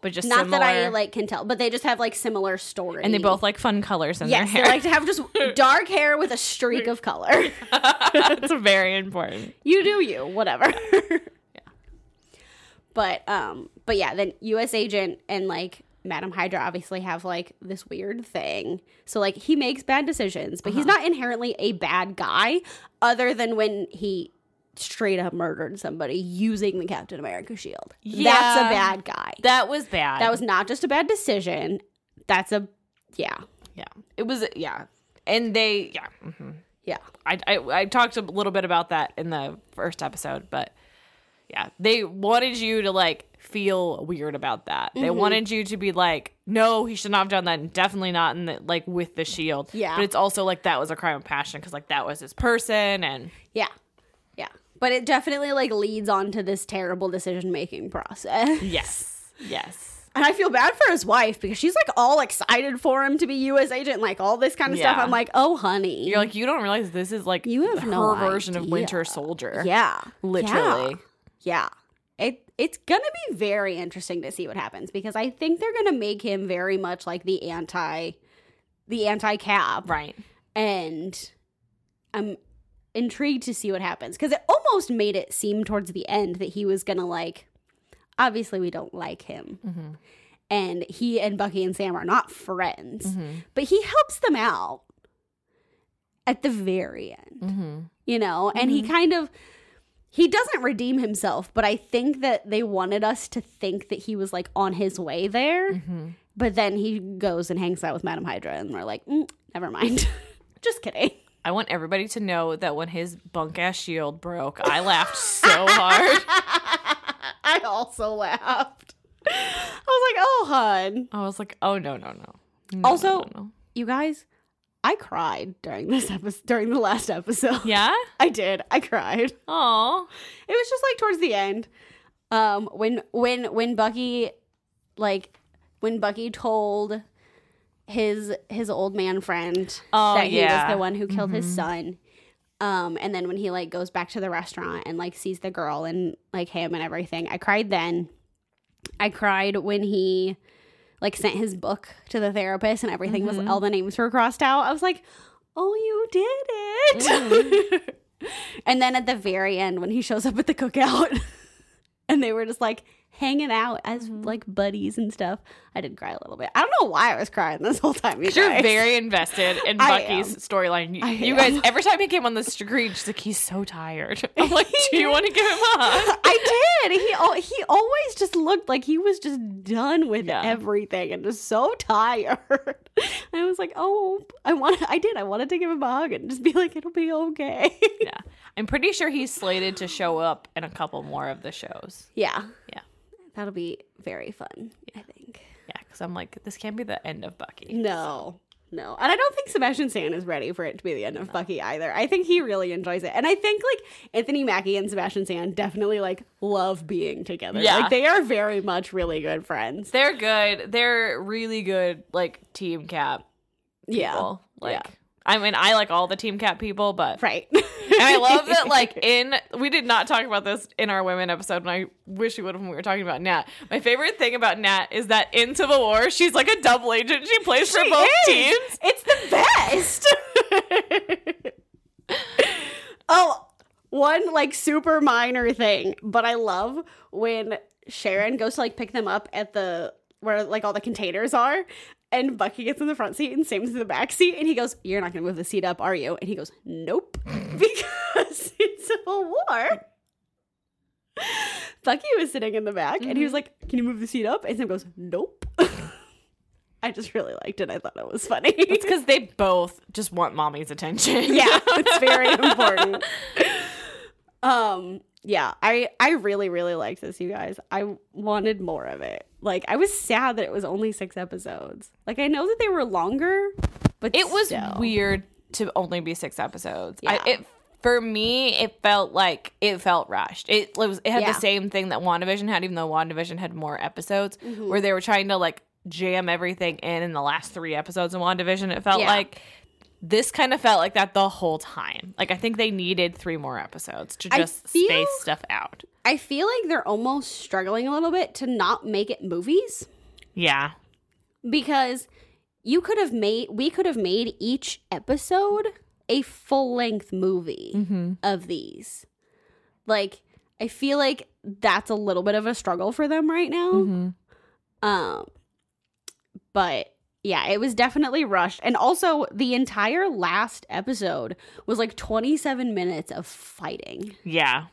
but just
not
similar.
that i like can tell but they just have like similar stories
and they both like fun colors in
yes they
their hair.
like to have just dark hair with a streak of color
That's very important.
you do you whatever yeah but um but yeah then us agent and like madam hydra obviously have like this weird thing so like he makes bad decisions but he's not inherently a bad guy other than when he straight up murdered somebody using the captain america shield that's
Yeah.
a bad guy
That was bad.
that was not just a bad decision that's a yeah
yeah. It was yeah, and they yeah. mhm.
yeah
I, I I talked a little bit about that in the first episode, but yeah, they wanted you to like feel weird about that.
Mm-hmm.
They wanted you to be like, no, he should not have done that, and definitely not in the, like with the shield.
Yeah.
but it's also like that was a crime of passion because like that was his person, and
yeah yeah but it definitely like leads on to this terrible decision making process
yes, yes,
And I feel bad for his wife because she's like all excited for him to be U.S. agent, like all this kind of
Yeah.
stuff. I'm like, oh, honey,
you're like you don't realize this is like
You have
her
no
version of
idea.
Winter Soldier.
yeah,
literally.
yeah. yeah. It it's gonna be very interesting to see what happens because I think they're gonna make him very much like the anti, the anti cab,
right.
and I'm intrigued to see what happens because it almost made it seem towards the end that he was gonna like. Obviously, we don't like him, and he and Bucky and Sam are not friends, but he helps them out at the very end, you know, and he kind of. He doesn't redeem himself, but I think that they wanted us to think that he was like on his way there. But then he goes and hangs out with Madame Hydra, and we're like, mm, never mind. Just kidding.
I want everybody to know that when his bunk ass shield broke, I laughed so hard.
I also laughed. I was like, oh, hun.
I was like, oh no, no, no. No,
Also-
no, no.
You guys, I cried during this episode, during the last episode.
yeah.
I did. I cried.
Oh,
It was just like towards the end. Um, when when when Bucky like when Bucky told his his old man friend
Oh,
that he
yeah. Mm-hmm.
was the one who killed his son. Um, and then when he like goes back to the restaurant and like sees the girl and like him and everything, I cried then. I cried when he like sent his book to the therapist and everything
Mm-hmm.
was all the names were crossed out. I was like, "Oh, you did it!"
Mm-hmm.
and then at the very end, when he shows up at the cookout, and they were just like hanging out as
Mm-hmm.
like buddies and stuff, I did cry a little bit. I don't know why I was crying this whole time. You
you're
guys.
very invested in
I
Bucky's
am.
storyline. You,
I
you
am.
guys, every time he came on the screen, she's like, he's so tired. I'm like, do you want to give him a hug?
I did. He al- he always just looked like he was just done with
Yeah.
everything and just so tired. I was like, oh, I want. I did. I wanted to give him a hug and just be like, it'll be okay.
Yeah, I'm pretty sure he's slated to show up in a couple more of the shows.
yeah,
Yeah,
that'll be very fun. I think.
yeah, because I'm like, this can't be the end of Bucky.
No, No. And I don't think Sebastian Stan is ready for it to be the end of Bucky either. I think he really enjoys it. And I think like Anthony Mackie and Sebastian Stan definitely like love being together.
Yeah.
Like they are very much really good friends.
They're good. They're really good, like team cap
Yeah.
people. Like,
Yeah.
I mean, I like all the team cap people, but
Right.
and I love that. Like in, we did not talk about this in our women episode, and I wish we would have when we were talking about Nat. My favorite thing about Nat is that in Civil War, she's like a double agent. She plays for both
She is.
teams.
It's the best. oh, one like super minor thing, but I love when Sharon goes to like pick them up at the where like all the containers are. And Bucky gets in the front seat and Sam's in the back seat, and he goes, "You're not going to move the seat up, are you?" And he goes, "Nope," because in Civil War, Bucky was sitting in the back, and he was like, "Can you move the seat up?" And Sam goes, "Nope." I just really liked it. I thought it was funny.
It's because they both just want mommy's attention.
yeah, it's very important. Um, yeah, I I really really liked this, you guys. I wanted more of it. Like I was sad that it was only six episodes. Like I know that they were longer, but
It was
still.
weird to only be six episodes.
Yeah.
I, it for me, it felt like it felt rushed. It, was it had
Yeah.
the same thing that WandaVision had, even though WandaVision had more episodes,
Mm-hmm.
where they were trying to like jam everything in in the last three episodes of WandaVision. It felt
Yeah.
like this kind of felt like that the whole time. Like I think they needed three more episodes to
I
just
feel-
space stuff out.
I feel like they're almost struggling a little bit to not make it movies
Yeah,
because you could have made we could have made each episode a full length movie of these. Like I feel like that's a little bit of a struggle for them right now. Um but yeah, it was definitely rushed. And also the entire last episode was like 27 minutes of fighting.
yeah.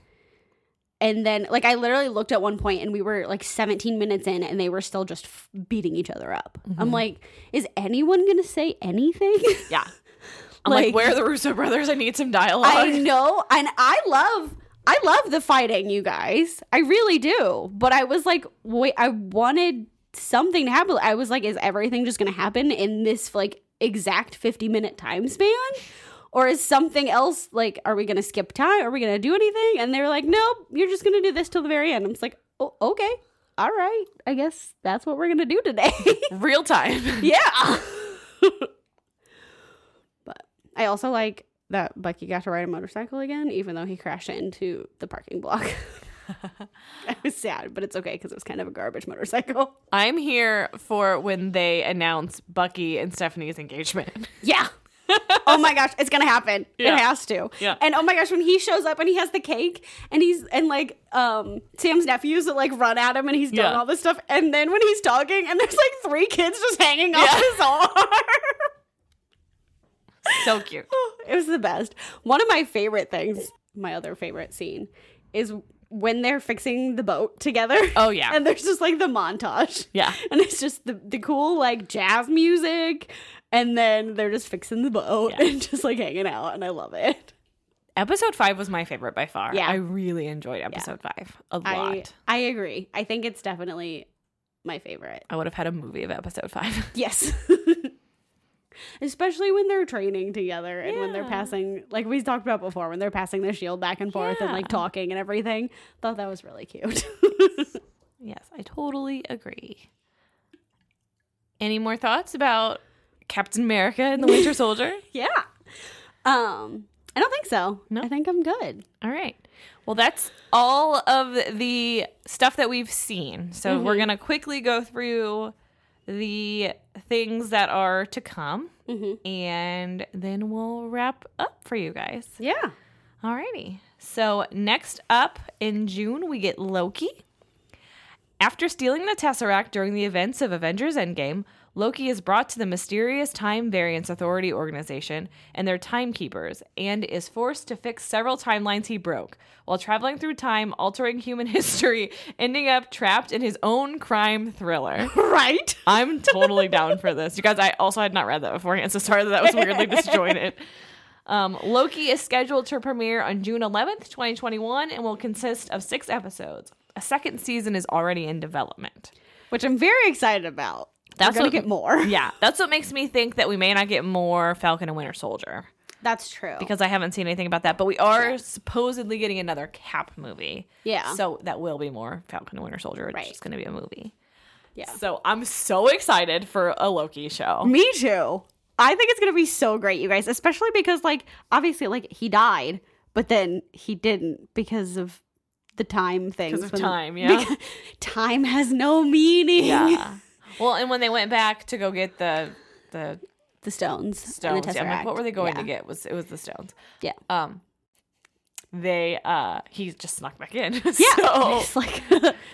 And then like I literally looked at one point and we were like 17 minutes in and they were still just f- beating each other up. I'm like, is anyone going to say anything?
Yeah. I'm like,
Like-
where are the Russo brothers? I need some dialogue.
I know, and I love I love the fighting, you guys. I really do. But I was like, wait, I wanted something to happen. I was like, is everything just going to happen in this like exact 50 minute time span? Or is something else like, are we going to skip time? Are we going to do anything? And they were like, nope, you're just going to do this till the very end. I'm just like, oh, okay. All right. I guess that's what we're going to do today.
Real time.
yeah. but I also like that Bucky got to ride a motorcycle again, even though he crashed into the parking block. I was sad, but it's okay because it was kind of a garbage motorcycle.
I'm here for when they announce Bucky and Stephanie's engagement.
Yeah. oh my gosh, it's gonna happen.
Yeah.
It has to.
Yeah.
And oh my gosh, when he shows up and he has the cake and he's and like um Sam's nephews that like run at him and he's done
Yeah.
all this stuff. And then when he's talking and there's like three kids just hanging off
Yeah.
his arm.
So cute.
it was the best. One of my favorite things, my other favorite scene, is when they're fixing the boat together.
Oh, yeah.
And there's just like the montage.
Yeah.
And it's just the, the cool like jazz music. And then they're just fixing the boat
Yeah.
and just like hanging out. And I love it.
Episode five was my favorite by far.
Yeah.
I really enjoyed episode five a lot.
I I
I,
agree. I think it's definitely my favorite.
would have had a movie of episode five.
Yes. Especially when they're training together and when they're
Yeah.
passing, like we talked about before, when they're passing their shield back and forth and
Yeah.
like talking and everything. Thought that was really cute.
yes, I totally agree. Any more thoughts about Captain America and the Winter Soldier?
yeah. Um, I don't think so.
No.
I think I'm good.
All right. Well, that's all of the stuff that we've seen. So we're going to quickly go through the things that are to come and then we'll wrap up for you guys.
Yeah.
All righty. So next up in June, we get Loki. After stealing the Tesseract during the events of Avengers Endgame, Loki is brought to the mysterious Time Variance Authority organization and their timekeepers, and is forced to fix several timelines he broke while traveling through time, altering human history, ending up trapped in his own crime thriller.
Right.
I'm totally down for this. You guys, I also had not read that beforehand, so sorry that that was weirdly disjointed. Um, Loki is scheduled to premiere on June 11th, 2021, and will consist of six episodes. A second season is already in development.
Which I'm very excited about. That's
That's
gonna
what-
get more.
Yeah, that's what makes me think that we may not get more Falcon and Winter Soldier
That's true.
because I haven't seen anything about that. But we are supposedly getting another Cap movie.
Yeah.
So that will be more Falcon and Winter Soldier. It's
Right.
just going to be a movie.
Yeah.
So I'm so excited for a Loki show.
Me too. I think it's gonna be so great, you guys, especially because like obviously like he died, but then he didn't because of the time thing.
of time, yeah.
time has no meaning.
Yeah. well, and when they went back to go get the the
The stones.
stones,
And the
yeah, I'm like, what
Tesseract.
were they going to
Yeah.
get? Was it was the stones?
Yeah.
Um, they uh, he just snuck back in.
Yeah.
So,
It's like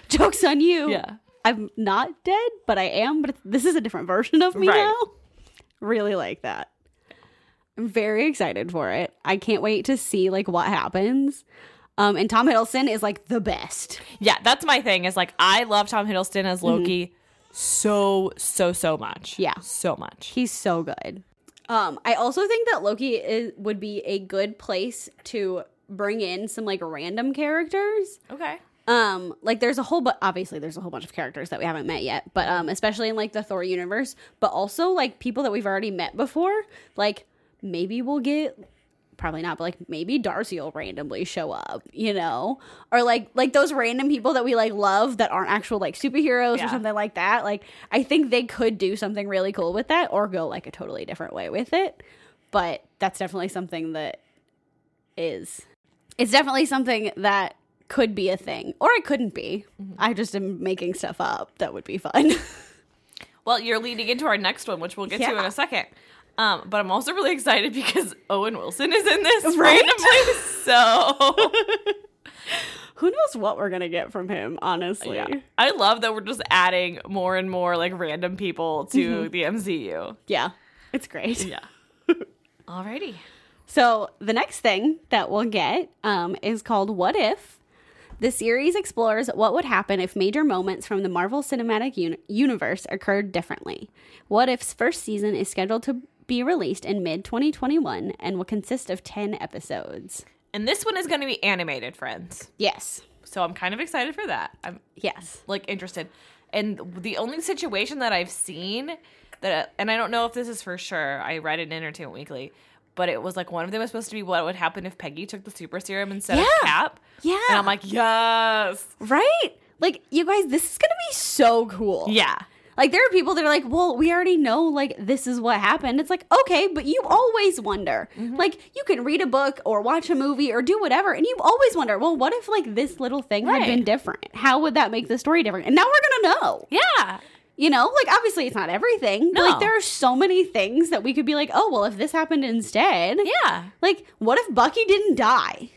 jokes on you.
yeah.
I'm not dead, but I am. But this is a different version of me
Right.
now. Really like that. I'm very excited for it. I can't wait to see like what happens. Um, and Tom Hiddleston is like the best.
Yeah, that's my thing. Is like I love Tom Hiddleston as Loki so so so much.
Mm-hmm. Yeah.
so much.
He's so good. Um, I also think that Loki is, would be a good place to bring in some like random characters.
Okay.
Um, like there's a whole but obviously there's a whole bunch of characters that we haven't met yet, but um especially in like the Thor universe, but also like people that we've already met before, like maybe we'll get probably not, but like maybe Darcy will randomly show up, you know? Or like like those random people that we like love that aren't actual like superheroes or
Yeah.
something like that. Like I think they could do something really cool with that or go like a totally different way with it. But that's definitely something that is it's definitely something that could be a thing or it couldn't be i just am making stuff up that would be fun
Well, you're leading into our next one, which we'll get to in
Yeah.
a second. Um, but I'm also really excited because Owen Wilson is in this
Right?
randomly. So
who knows what we're gonna get from him honestly
yeah.
yeah,
I love that we're just adding more and more like random people to the MCU.
it's great
Yeah. Alrighty.
so the next thing that we'll get um, is called what if the series explores what would happen if major moments from the Marvel Cinematic Uni- Universe occurred differently. What If's first season is scheduled to be released in mid 2021 and will consist of 10 episodes.
And this one is going to be animated, friends.
Yes.
So I'm kind of excited for that. I'm
Yes.
like interested. And the only situation that I've seen that, and I don't know if this is for sure. I read it in Entertainment Weekly, but it was like one of them was supposed to be what would happen if Peggy took the super serum instead of
Yeah.
Cap.
Yeah.
and I'm like, yes,
Right? Like, you guys, this is gonna be so cool.
yeah,
Like, there are people that are like, well, we already know, like, this is what happened. It's like, okay, but you always wonder.
Mm-hmm.
Like, you can read a book or watch a movie or do whatever, and you always wonder, well, what if, like, this little thing
Right.
had been different? How would that make the story different? And now we're gonna know.
yeah,
You know, like, obviously it's not everything, but,
No.
like, there are so many things that we could be like, oh, well, if this happened instead,
yeah.
like, what if Bucky didn't die?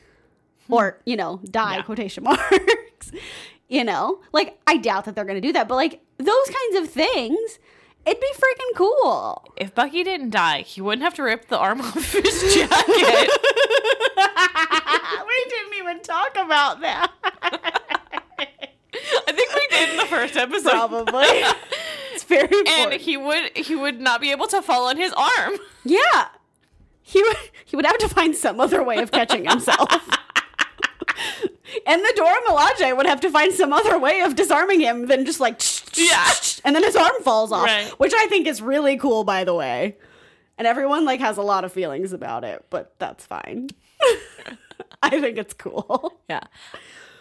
Or, you know, die
Yeah.
quotation marks. you know? Like, I doubt that they're gonna do that, but like those kinds of things, it'd be freaking cool.
If Bucky didn't die, he wouldn't have to rip the arm off his jacket.
we didn't even talk about that.
I think we did in the first episode.
Probably. it's very
And
important.
he would he would not be able to fall on his arm.
yeah. He would he would have to find some other way of catching himself. and the Dora Milaje would have to find some other way of disarming him than just like
Yeah.
and then his arm falls off,
Right.
which I think is really cool, by the way. And everyone like has a lot of feelings about it, but that's fine. I think it's cool.
Yeah.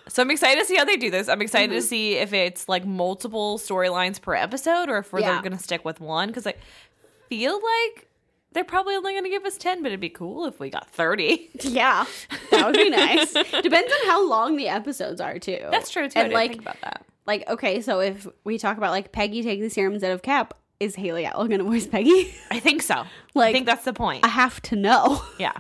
So I'm excited to see how they do this. I'm excited to see if it's like multiple storylines per episode or if we're
Yeah.
going to stick with one because I feel like they're probably only going to give us 10, but it'd be cool if we got 30.
Yeah, that would be nice. Depends on how long the episodes are too.
That's true too. I
And
didn't
like,
think about that.
like okay, so if we talk about like Peggy taking the serum instead of Cap, is Haley Atwell gonna voice Peggy?
I think so. I
like-
think that's the point.
I have to know.
yeah.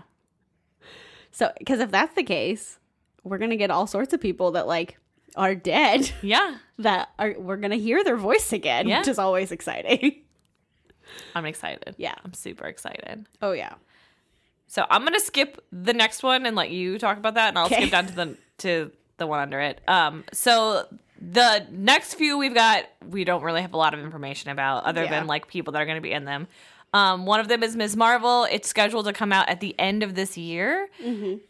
So, because if that's the case, we're gonna get all sorts of people that like are dead.
Yeah.
that are we're gonna hear their voice again,
Yeah.
which is always exciting.
I'm excited.
Yeah.
I'm super excited.
Oh yeah,
So I'm gonna skip the next one and let you talk about that, and I'll
Okay.
skip down to the to the one under it. Um, so the next few we've got, we don't really have a lot of information about, other
Yeah.
than like people that are gonna be in them. Um, one of them is Ms. Marvel. It's scheduled to come out at the end of this
Mm-hmm.
year,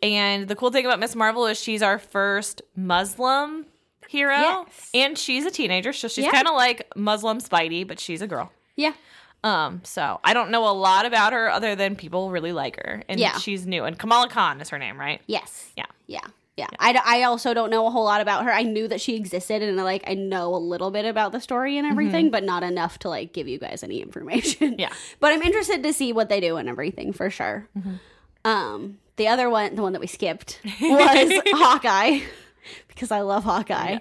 and the cool thing about Ms. Marvel is she's our first Muslim hero.
Yes.
And she's a teenager, so she's
Yeah.
kind of like Muslim Spidey, but she's a girl.
Yeah.
Um, so I don't know a lot about her other than people really like her, and
Yeah.
she's new. And Kamala Khan is her name, right?
Yes.
Yeah.
Yeah. Yeah. I, d- I also don't know a whole lot about her. I knew that she existed and like I know a little bit about the story and everything, but not enough to like give you guys any information.
Mm-hmm. Yeah.
But I'm interested to see what they do and everything for sure.
Mm-hmm.
Um the other one, the one that we skipped was Hawkeye because I love Hawkeye.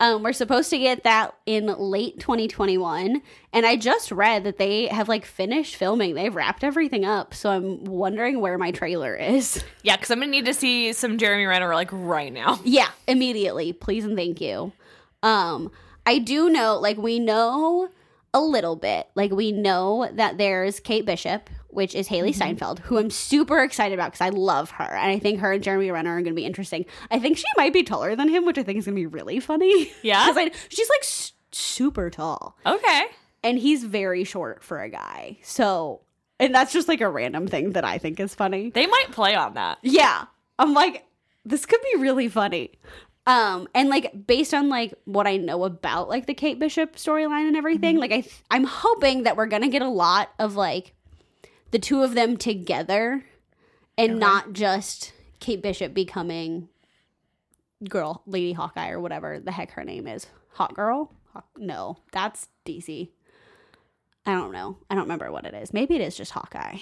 Um we're supposed to get that in late 2021 and I just read that they have like finished filming. They've wrapped everything up, so I'm wondering where my trailer is.
Yeah, because I'm gonna need to see some Jeremy Renner like right now.
Yeah, immediately. Please and thank you. Um, I do know, like, we know a little bit. Like, we know that there's Kate Bishop, which is Haley Steinfeld, who I'm super excited about because I love her. And I think her and Jeremy Renner are going to be interesting. I think she might be taller than him, which I think is going to be really funny.
Yeah?
'Cause I- she's like s- super tall.
Okay.
And he's very short for a guy. So, and that's just like a random thing that I think is funny.
They might play on that.
Yeah. I'm like, this could be really funny. Um, and like based on like what I know about like the Kate Bishop storyline and everything, like I th- I'm hoping that we're gonna get a lot of like the two of them together and not just Kate Bishop becoming girl, Lady Hawkeye or whatever the heck her name is. Hot girl? Hawk- no, that's DC. I don't know. I don't remember what it is. Maybe it is just Hawkeye.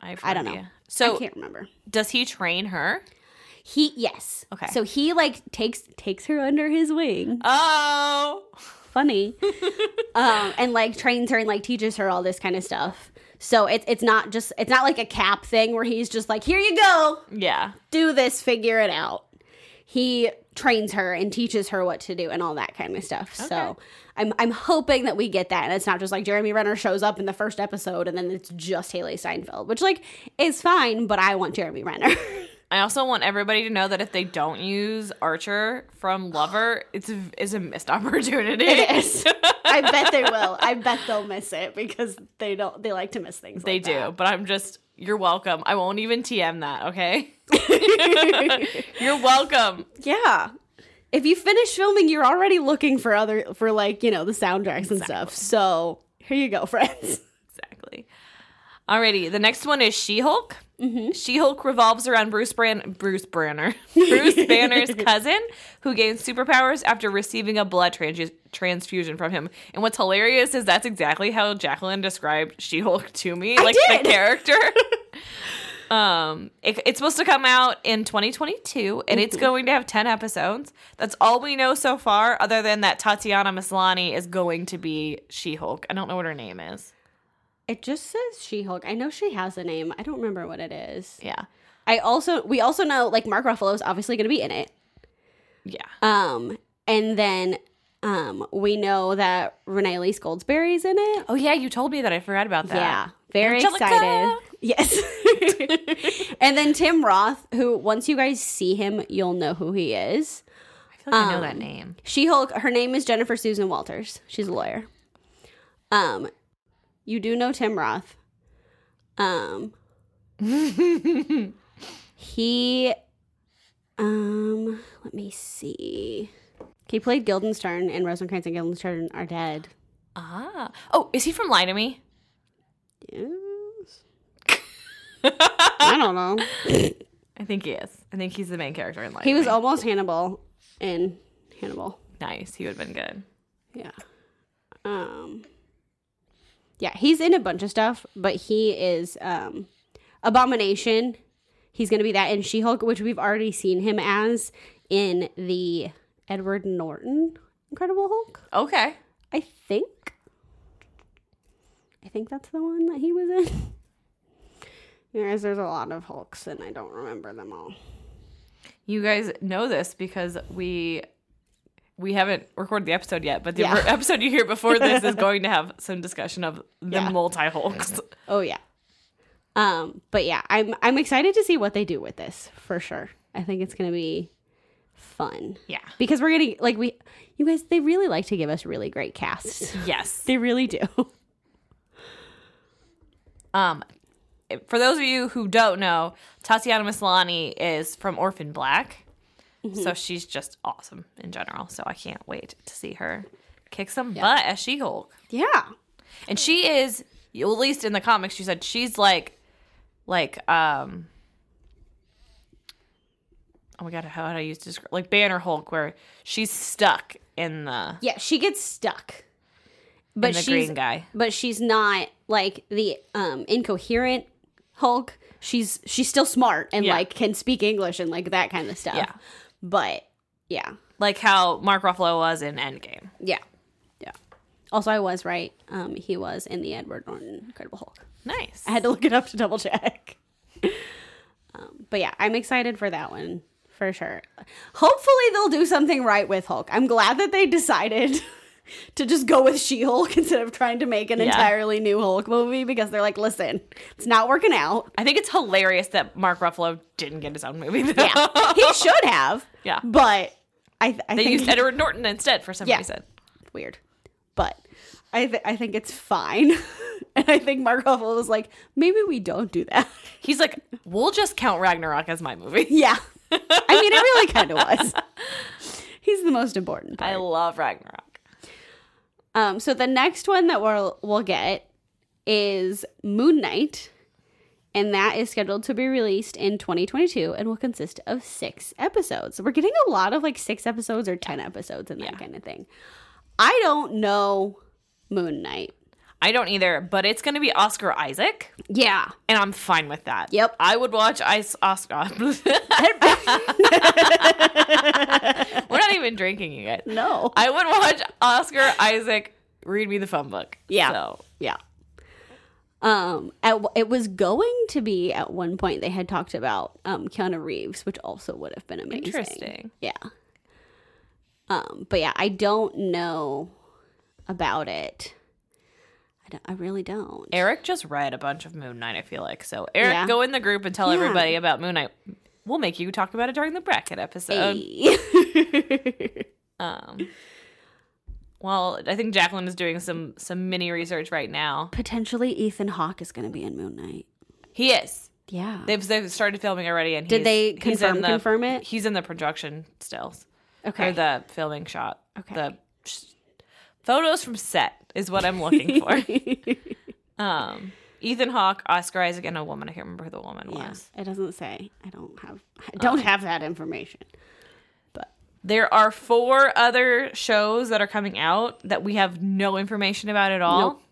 I, have
I don't know. I
So
can't remember.
does he train her?
He yes.
Okay.
So he like takes takes her under his wing.
Oh,
Funny. um and like trains her and like teaches her all this kind of stuff. So it's it's not just it's not like a cap thing where he's just like, "Here you go.
yeah.
Do this, figure it out." He trains her and teaches her what to do and all that kind of stuff. So
Okay.
I'm I'm hoping that we get that and it's not just like Jeremy Renner shows up in the first episode and then it's just Haley Seinfeld, which like is fine, but I want Jeremy Renner.
I also want everybody to know that if they don't use Archer from Lover, it's a, it's a missed opportunity.
It is. I bet they will. I bet they'll miss it because they don't. They like to miss things.
they
like
do,
that.
but I'm just you're welcome. I won't even TM that, okay? you're welcome.
Yeah. If you finish filming, you're already looking for other for like you know the soundtracks and stuff. So here you go, friends.
Exactly. Alrighty, the next one is She-Hulk. She-Hulk revolves around Bruce Bran Bruce Banner Bruce Banner's cousin, who gains superpowers after receiving a blood trans- transfusion from him. And what's hilarious is that's exactly how Jacqueline described She-Hulk to me, like
did.
the character. um, it- it's supposed to come out in 2022, and it's going to have 10 episodes. That's all we know so far, other than that Tatiana Maslany is going to be She-Hulk. I don't know what her name is.
It just says She-Hulk. I know she has a name. I don't remember what it is.
Yeah.
I also we also know like Mark Ruffalo is obviously going to be in it.
Yeah.
Um, and then um we know that Renee Lee Goldsberry's in it.
Oh yeah, you told me that. I forgot about that.
Yeah, very
Angelica!
excited. Yes. and then Tim Roth, who once you guys see him, you'll know who he is.
I feel like I know that name.
She Hulk. Her name is Jennifer Susan Walters. She's a lawyer. Um, you do know Tim Roth. Um, he, um, let me see. He played Guildenstern, and Rosencrantz and Guildenstern are dead.
Ah. Oh, is he from Lie to Me?
Yes. I don't know.
I think he is. I think he's the main character in Lie.
He
to
was
Me.
almost Hannibal in Hannibal.
nice. He would have been good.
Yeah. Um Yeah, he's in a bunch of stuff, but he is um Abomination. He's going to be that in She-Hulk, which we've already seen him as in the Edward Norton Incredible Hulk,
Okay.
I think. I think that's the one that he was in. Whereas there's a lot of Hulks and I don't remember them all.
You guys know this because we we haven't recorded the episode yet, but the
Yeah.
episode you hear before this is going to have some discussion of the
Yeah.
multi Hulks.
Oh yeah. Um, but yeah, I'm I'm excited to see what they do with this for sure. I think it's gonna be fun
Yeah.
because we're gonna like we you guys they really like to give us really great casts.
Yes.
They really do.
Um, for those of you who don't know, Tatiana Maslany is from Orphan Black.
Mm-hmm.
So she's just awesome in general. So I can't wait to see her kick some butt as She Hulk.
Yeah.
And she is, at least in the comics, she said she's like, like, um, oh my god, how would I use describe like Banner Hulk, where she's stuck in the
Yeah, she gets stuck.
in
But
the
she's
green guy.
but she's not like the um incoherent Hulk. She's she's still smart and
Yeah.
like can speak English and like that kind of stuff.
Yeah.
But yeah.
like how Mark Ruffalo was in Endgame.
Yeah. Yeah. Also I was right. Um he was in the Edward Norton Incredible Hulk.
Nice.
I had to look it up to double check. Um, but yeah, I'm excited for that one for sure. Hopefully, they'll do something right with Hulk. I'm glad that they decided to just go with She Hulk instead of trying to make an
Yeah.
entirely new Hulk movie because they're like, listen, it's not working out.
I think it's hilarious that Mark Ruffalo didn't get his own movie. Though.
Yeah, he should have.
Yeah.
But I, th- I
they
think
used Edward Norton instead for some
Yeah.
reason.
weird. But I, th- I think it's fine. and I think Mark Ruffalo was like, maybe we don't do that.
He's like, we'll just count Ragnarok as my movie.
Yeah. I mean, it really kind of was. He's the most important
I
part.
love Ragnarok.
Um, so the next one that we'll we'll get is Moon Knight, and that is scheduled to be released in 2022, and will consist of six episodes. So we're getting a lot of like six episodes or ten episodes and that kind of thing. I don't know Moon Knight.
I don't either, but it's going to be Oscar Isaac,
Yeah,
and I'm fine with that.
Yep.
I would watch Ice Oscar. We're not even drinking, you guys.
no,
I would watch Oscar Isaac read me the phone book.
Yeah.
So,
Yeah. Um, at, it was going to be at one point they had talked about um Keanu Reeves, which also would have been amazing.
interesting.
Yeah. Um, but yeah, I don't know about it. I, don't, I really don't.
Eric just read a bunch of Moon Knight, I feel like. So, Eric,
Yeah.
go in the group and tell
Yeah.
everybody about Moon Knight. We'll make you talk about it during the bracket episode.
Hey.
Um, well, I think Jacqueline is doing some some mini research right now.
Potentially Ethan Hawke is going to be in Moon Knight.
He is.
Yeah.
They've, they've started filming already, and
Did
he's-
they
he's
confirm
in the-
confirm it?
He's in the production stills
Okay.
or the filming shot.
Okay.
The sh- photos from set is what I'm looking for. um, Ethan Hawke, Oscar Isaac, and a woman. I can't remember who the woman
yeah,
was.
it doesn't say. I don't have. I don't have that information.
There are four other shows that are coming out that we have no information about at all.
Nope.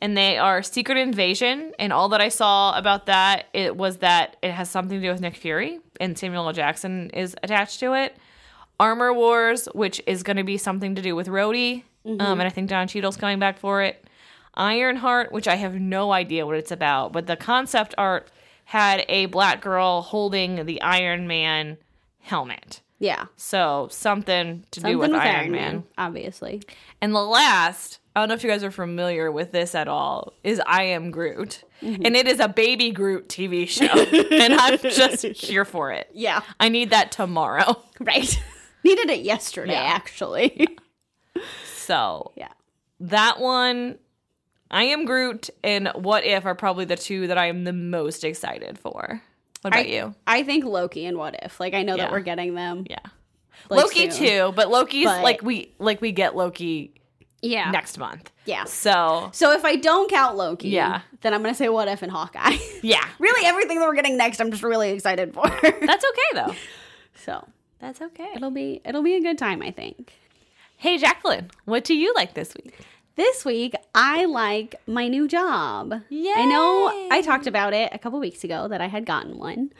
And they are Secret Invasion. And all that I saw about that it was that it has something to do with Nick Fury and Samuel L. Jackson is attached to it. Armor Wars, which is going to be something to do with Rhodey. Um, and I think Don Cheadle's coming back for it. Ironheart, which I have no idea what it's about, but the concept art had a black girl holding the Iron Man helmet.
Yeah.
So something to do with, Iron, Man.
obviously.
And the last, I don't know if you guys are familiar with this at all, is I Am Groot.
Mm-hmm.
And it is a baby Groot TV show. and I'm just here for it.
Yeah,
I need that tomorrow.
right. Needed it yesterday,
Yeah.
actually.
So
Yeah.
that one, I Am Groot and What If are probably the two that I am the most excited for. What about
I,
you?
I think Loki and What If. Like, I know
Yeah.
that we're getting them.
Yeah.
like,
Loki
soon.
too, but Loki's
But-
like we like we get Loki
Yeah.
next month.
Yeah.
So
So if I don't count Loki,
Yeah.
then I'm gonna say what if and Hawkeye.
yeah.
really, everything that we're getting next, I'm just really excited for.
That's okay though.
so
That's okay.
it'll be it'll be a good time, I think.
Hey, Jacqueline, what do you like this week?
This week, I like my new job. I know I talked about it a couple weeks ago that I had gotten one.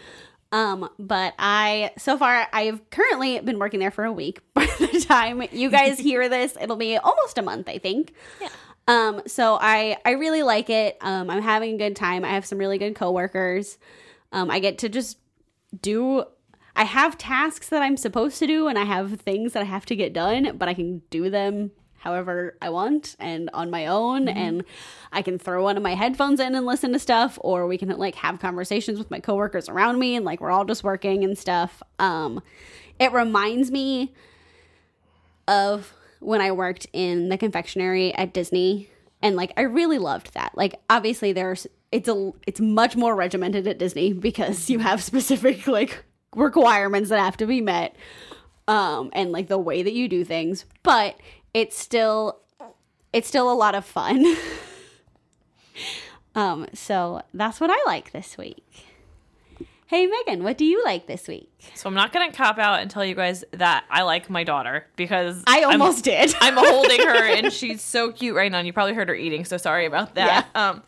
Um, but I so far I've currently been working there for a week. By the time you guys hear this, it'll be almost a month, I think.
Yeah.
Um, so I I really like it. Um, I'm having a good time. I have some really good coworkers. Um, I get to just do I have tasks that I'm supposed to do and I have things that I have to get done, but I can do them however I want and on my own and I can throw one of my headphones in and listen to stuff or we can like have conversations with my coworkers around me and like we're all just working and stuff. Um it reminds me of when I worked in the confectionery at Disney and like I really loved that. Like obviously there's it's a it's much more regimented at Disney because you have specific like requirements that have to be met um and like the way that you do things but it's still it's still a lot of fun um so that's what i like this week hey megan what do you like this week
So I'm not gonna cop out and tell you guys that I like my daughter because
i
I'm-
almost did
I'm holding her and she's so cute right now. And you probably heard her eating, so sorry about that. Um,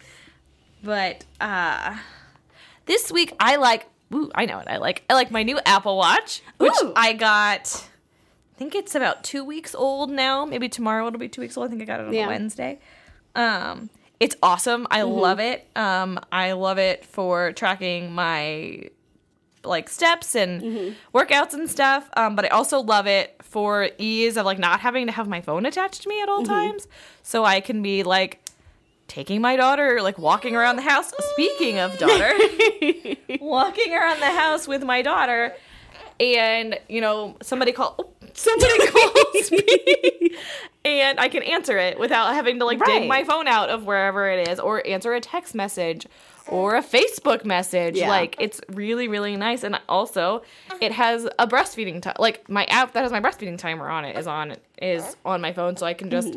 but uh, this week I like. Ooh, I know what I like. I like my new Apple Watch, which
Ooh.
I got. I think it's about two weeks old now. Maybe tomorrow it'll be two weeks old. I think I got it on
Yeah.
a Wednesday. Um, it's awesome. I love it. Um, I love it for tracking my like steps and workouts and stuff. Um, but I also love it for ease of like not having to have my phone attached to me at all times, so I can be like taking my daughter, like walking around the house. Speaking of daughter, walking around the house with my daughter, and you know somebody call oh, somebody calls me, and I can answer it without having to like
Right.
dig my phone out of wherever it is, or answer a text message, or a Facebook message.
Yeah.
Like it's really really nice, and also
Uh-huh.
it has a breastfeeding time. Like my app that has my breastfeeding timer on it is on is on my phone, so I can just.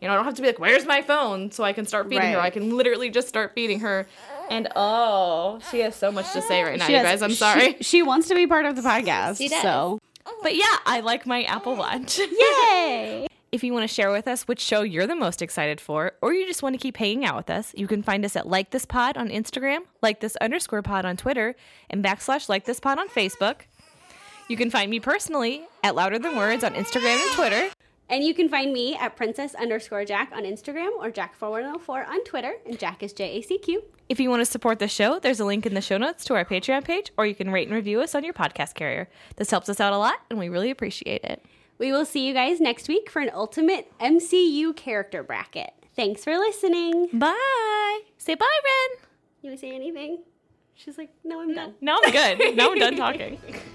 You know, I don't have to be like, "Where's my phone?" So I can start feeding her.
Mm-hmm. Right.
I can literally just start feeding her, and oh, she has so much to say right now,
She
you
does-
guys. I'm
she-
sorry.
She, wants to be part of the podcast.
She does.
So
But yeah, I like my Apple Watch.
yay!
If you want to share with us which show you're the most excited for, or you just want to keep hanging out with us, you can find us at Like This Pod on Instagram, Like This underscore Pod on Twitter, and backslash Like This Pod on Facebook. You can find me personally at Louder Than Words on Instagram and Twitter.
and you can find me at princess underscore jack on Instagram or jack4104 on Twitter, and Jack is J A C Q.
If you want to support the show, there's a link in the show notes to our Patreon page, or you can rate and review us on your podcast carrier. This helps us out a lot, and we really appreciate it.
We will see you guys next week for an ultimate MCU character bracket. Thanks for listening.
Bye. Say bye, Ren.
You wanna say anything? She's like, no, I'm done.
Now I'm good. now I'm done talking.